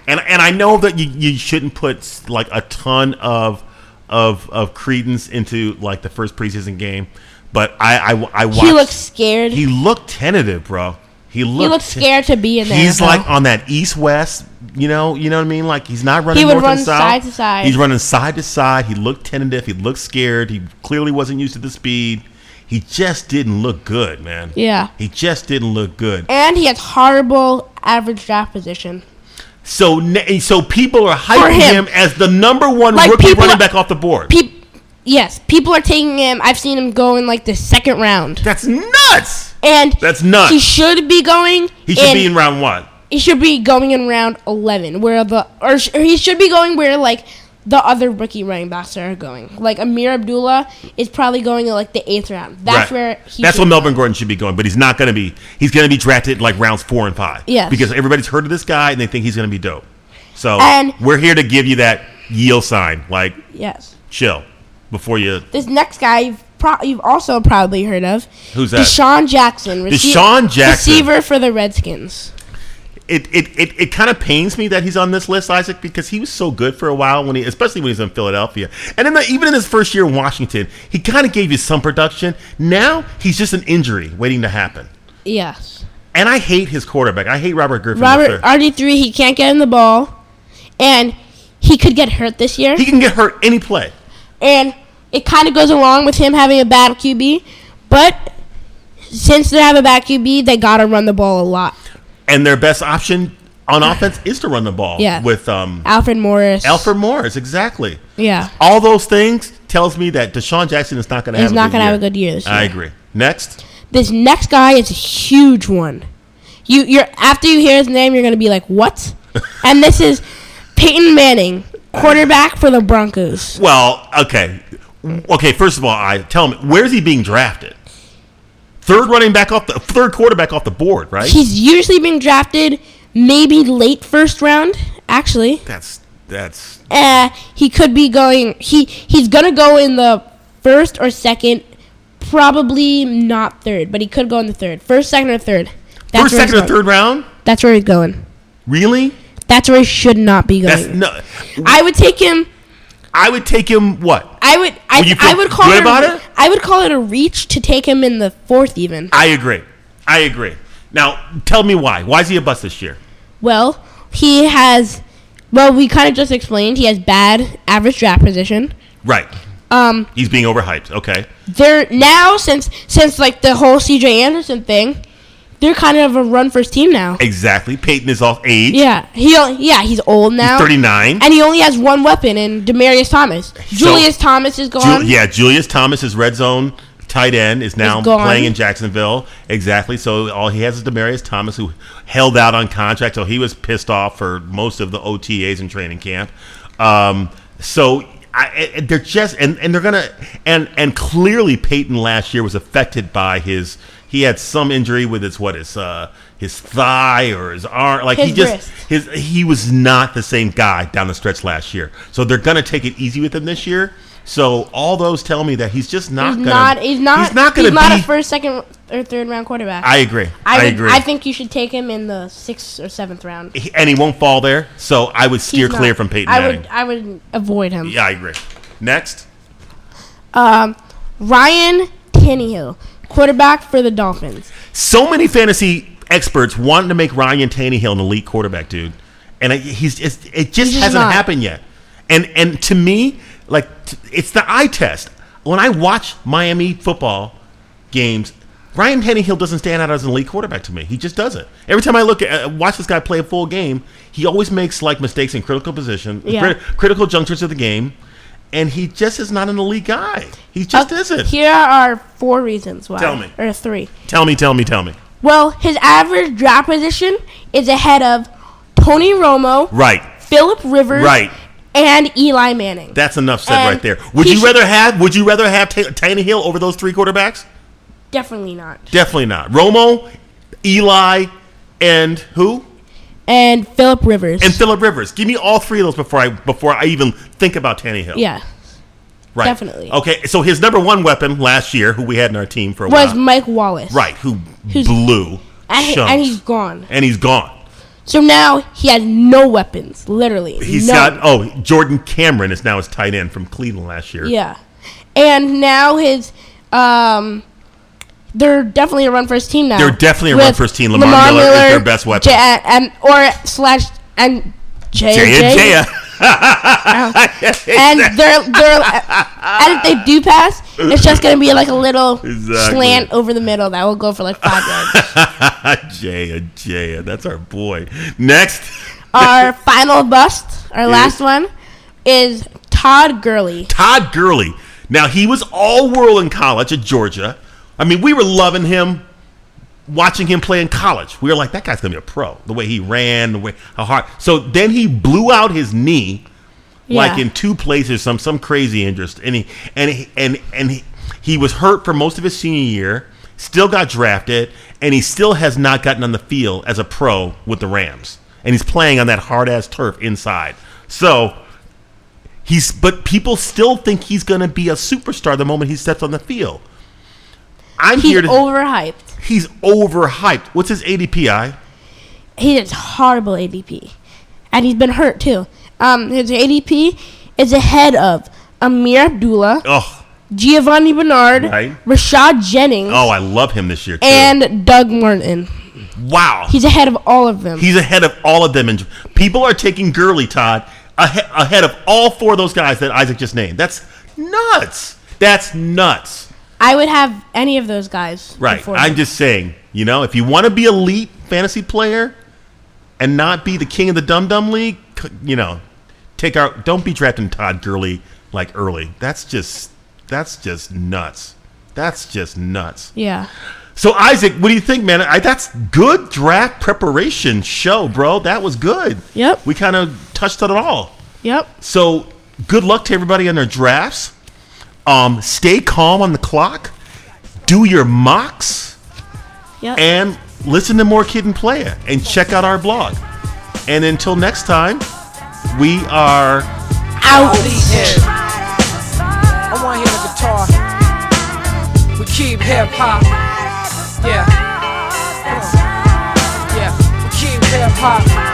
Speaker 4: And and I know that you, you shouldn't put like a ton of of of credence into like the first preseason game, but I I, I watched.
Speaker 5: He looks scared.
Speaker 4: He looked tentative, bro. He looked.
Speaker 5: he looks scared to be in there.
Speaker 4: He's like on that east west, you know, you know what I mean. Like he's not running.
Speaker 5: He would
Speaker 4: north
Speaker 5: run
Speaker 4: and south.
Speaker 5: side to side.
Speaker 4: He's running side to side. He looked tentative. He looked scared. He clearly wasn't used to the speed. He just didn't look good, man.
Speaker 5: Yeah.
Speaker 4: He just didn't look good.
Speaker 5: and he has horrible average draft position.
Speaker 4: So, ne- so people are
Speaker 5: For
Speaker 4: hyping him.
Speaker 5: him.
Speaker 4: as the number one
Speaker 5: Like,
Speaker 4: rookie
Speaker 5: people
Speaker 4: running
Speaker 5: are-
Speaker 4: back off the board.
Speaker 5: Peop yes, people are taking him. I've seen him go in like the second round.
Speaker 4: That's nuts.
Speaker 5: And
Speaker 4: That's nuts.
Speaker 5: He should be going.
Speaker 4: He should be in round one.
Speaker 5: He should be going in round eleven, where the or, sh- or he should be going where like the other rookie running backs are going. Like Amir Abdullah is probably going in like the eighth round. That's
Speaker 4: Right.
Speaker 5: where he.
Speaker 4: That's
Speaker 5: should
Speaker 4: where Melvin Gordon should be going, but he's not going to be. He's going to be drafted like rounds four and five.
Speaker 5: Yes.
Speaker 4: Because everybody's heard of this guy and they think he's going to be dope. So
Speaker 5: And-
Speaker 4: we're here to give you that yield sign, like
Speaker 5: Yes.
Speaker 4: chill before you.
Speaker 5: This next guy you've, pro- you've also probably heard of.
Speaker 4: Who's that?
Speaker 5: Deshaun Jackson.
Speaker 4: Deshaun Jackson.
Speaker 5: receiver for the Redskins.
Speaker 4: It it, it, it kind of pains me that he's on this list, Isaac, because he was so good for a while when he, especially when he's in Philadelphia, and in the, even in his first year in Washington, he kind of gave you some production. Now he's just an injury waiting to happen,
Speaker 5: Yes.
Speaker 4: and I hate his quarterback. I hate Robert Griffin. III.
Speaker 5: Robert RD three, he can't get in the ball, and he could get hurt this year.
Speaker 4: he can get hurt any play.
Speaker 5: and it kind of goes along with him having a bad QB, but since they have a bad QB, they gotta run the ball a lot.
Speaker 4: and their best option on offense is to run the ball
Speaker 5: Yeah.
Speaker 4: with um,
Speaker 5: Alfred Morris,
Speaker 4: Alfred Morris. Exactly.
Speaker 5: yeah,
Speaker 4: All those things tells me that Deshaun Jackson is not going to have.
Speaker 5: he's not gonna have a good year. This,
Speaker 4: I
Speaker 5: year.
Speaker 4: agree. Next,
Speaker 5: this next guy is a huge one. You, you're after you hear his name, you're gonna be like, what? and this is Peyton Manning, quarterback for the Broncos.
Speaker 4: Well, okay, okay. First of all, I tell him where's he being drafted? Third running back off the third quarterback off the board, right?
Speaker 5: He's usually being drafted maybe late first round, actually.
Speaker 4: That's that's
Speaker 5: Uh, he could be going. He he's gonna go in the first or second, probably not third, but he could go in the third, first, second, or third.
Speaker 4: first,
Speaker 5: where he's
Speaker 4: second, or
Speaker 5: going.
Speaker 4: third round.
Speaker 5: That's where he's going.
Speaker 4: Really?
Speaker 5: That's where he should not be
Speaker 4: That's
Speaker 5: going.
Speaker 4: no.
Speaker 5: I would take him.
Speaker 4: I would take him. What?
Speaker 5: I would. I,
Speaker 4: Would you feel
Speaker 5: I would call
Speaker 4: good
Speaker 5: it. a-
Speaker 4: about it?
Speaker 5: I would call it a reach to take him in the fourth, even.
Speaker 4: I agree. I agree. Now tell me why. Why is he a bust this year?
Speaker 5: Well, he has. Well, we kind of just explained he has bad average draft position.
Speaker 4: Right.
Speaker 5: Um,
Speaker 4: He's being overhyped. Okay.
Speaker 5: they're now since since like the whole C.J. Anderson thing, they're kind of a run first team now.
Speaker 4: Exactly. Peyton is off age.
Speaker 5: Yeah, he o- yeah he's old now.
Speaker 4: 39.
Speaker 5: and he only has one weapon in Demarius Thomas. Julius Thomas is
Speaker 4: Ju-
Speaker 5: gone.
Speaker 4: yeah, Julius Thomas is red zone tight end is now
Speaker 5: gone.
Speaker 4: playing in Jacksonville. Exactly. So all he has is Demarius Thomas, who held out on contract, so he was pissed off for most of the OTAs and training camp. Um, so I, I- they're just and, and they're gonna and and clearly Peyton last year was affected by his he had some injury with his what his uh his thigh or his arm like he
Speaker 5: His
Speaker 4: just
Speaker 5: wrist.
Speaker 4: his he was not the same guy down the stretch last year. So they're gonna take it easy with him this year. So all those tell me that he's just not
Speaker 5: He's
Speaker 4: gonna
Speaker 5: not. He's not.
Speaker 4: he's not gonna be
Speaker 5: a first, second, or third round quarterback.
Speaker 4: I agree. I,
Speaker 5: I, would,
Speaker 4: agree.
Speaker 5: I think you should take him in the sixth or seventh round.
Speaker 4: He- and he won't fall there. So I would steer
Speaker 5: He's not-
Speaker 4: clear from Peyton
Speaker 5: I
Speaker 4: Manning.
Speaker 5: would I would avoid him.
Speaker 4: yeah, I agree. Next.
Speaker 5: Um, Ryan Tannehill, quarterback for the Dolphins.
Speaker 4: So many fantasy experts wanting to make Ryan Tannehill an elite quarterback, dude, and I, he's just, it just
Speaker 5: just
Speaker 4: hasn't
Speaker 5: not.
Speaker 4: happened yet. And and to me, like t- it's the eye test. When I watch Miami football games, Ryan Tannehill doesn't stand out as an elite quarterback to me. He just doesn't. Every time I look at uh, watch this guy play a full game, he always makes like mistakes in critical position, uh,
Speaker 5: Yeah.
Speaker 4: crit- critical junctures of the game, and he just is not an elite guy. He just
Speaker 5: Uh,
Speaker 4: isn't.
Speaker 5: Here are four reasons why.
Speaker 4: Tell me.
Speaker 5: Or three.
Speaker 4: tell me, tell me, tell me.
Speaker 5: Well, his average draft position is ahead of Tony Romo,
Speaker 4: Right.
Speaker 5: Philip Rivers,
Speaker 4: Right.
Speaker 5: and Eli Manning.
Speaker 4: That's enough said
Speaker 5: And
Speaker 4: right there. Would
Speaker 5: he
Speaker 4: you
Speaker 5: should-
Speaker 4: rather have? Would you rather have Ta- Tannehill over those three quarterbacks?
Speaker 5: Definitely not.
Speaker 4: Definitely not. Romo, Eli, and who?
Speaker 5: And Philip Rivers.
Speaker 4: And Philip Rivers. Give me all three of those before I before I even think about Tannehill.
Speaker 5: yeah.
Speaker 4: right.
Speaker 5: definitely.
Speaker 4: Okay, so his number one weapon last year, who we had in our team for a
Speaker 5: Was
Speaker 4: while,
Speaker 5: Mike Wallace.
Speaker 4: right? Who blew?
Speaker 5: And, he,
Speaker 4: chunks.
Speaker 5: and he's gone.
Speaker 4: And he's gone.
Speaker 5: So now he has no weapons, literally.
Speaker 4: He's
Speaker 5: none.
Speaker 4: got oh Jordan Cameron is now his tight end from Cleveland last year.
Speaker 5: Yeah. And now his um they're definitely a run first team now.
Speaker 4: They're definitely a run
Speaker 5: With
Speaker 4: first team. Lamar Miller is their best weapon.
Speaker 5: J- and or slash and Jay
Speaker 4: Jay and Jay.
Speaker 5: and they're they're and if they do pass, it's just gonna be like a little
Speaker 4: Exactly.
Speaker 5: slant over the middle that will go for like five yards.
Speaker 4: Jaya, Jaya, that's our boy. Next,
Speaker 5: our final bust, our last one, is Todd Gurley.
Speaker 4: Todd Gurley. Now he was all world in college at Georgia. I mean, we were loving him, watching him play in college. We were like, that guy's gonna be a pro. The way he ran, the way how hard. So then he blew out his knee, like
Speaker 5: Yeah.
Speaker 4: in two places, some some crazy interest, and he and he, and and he, he was hurt for most of his senior year. Still got drafted, and he still has not gotten on the field as a pro with the Rams. And he's playing on that hard ass turf inside. So He's but people still think he's going to be a superstar the moment he steps on the field. I'm
Speaker 5: He's
Speaker 4: here to
Speaker 5: overhyped.
Speaker 4: he's overhyped. What's his ADPI?
Speaker 5: He is horrible ADP, and he's been hurt too. Um, his ADP is ahead of Amir Abdullah,
Speaker 4: Oh,
Speaker 5: Giovanni Bernard,
Speaker 4: Right.
Speaker 5: Rashad Jennings,
Speaker 4: oh, I love him this year too.
Speaker 5: and Doug Martin.
Speaker 4: wow,
Speaker 5: He's ahead of all of them.
Speaker 4: he's ahead of all of them. And people are taking Gurley Todd ahe- ahead of all four of those guys that Isaac just named. That's nuts. That's nuts.
Speaker 5: I would have any of those guys.
Speaker 4: Right.
Speaker 5: before
Speaker 4: I'm
Speaker 5: him.
Speaker 4: just saying. You know, if you want to be elite fantasy player and not be the king of the dum dum league, c- you know, take out. Don't be drafting Todd Gurley like early. That's just. That's just nuts. That's just nuts.
Speaker 5: yeah.
Speaker 4: So Isaac, what do you think, man? I, that's good draft preparation show, bro. That was good.
Speaker 5: Yep.
Speaker 4: We kind of touched on it all.
Speaker 5: Yep.
Speaker 4: So good luck to everybody on their drafts. Um, stay calm on the clock. Do your mocks
Speaker 5: Yep.
Speaker 4: and listen to more Kid and Play It, and check out our blog. And until next time, we are.
Speaker 9: I want to hear the guitar. We keep hip hop. Yeah. Come on. Yeah. We keep hip hop.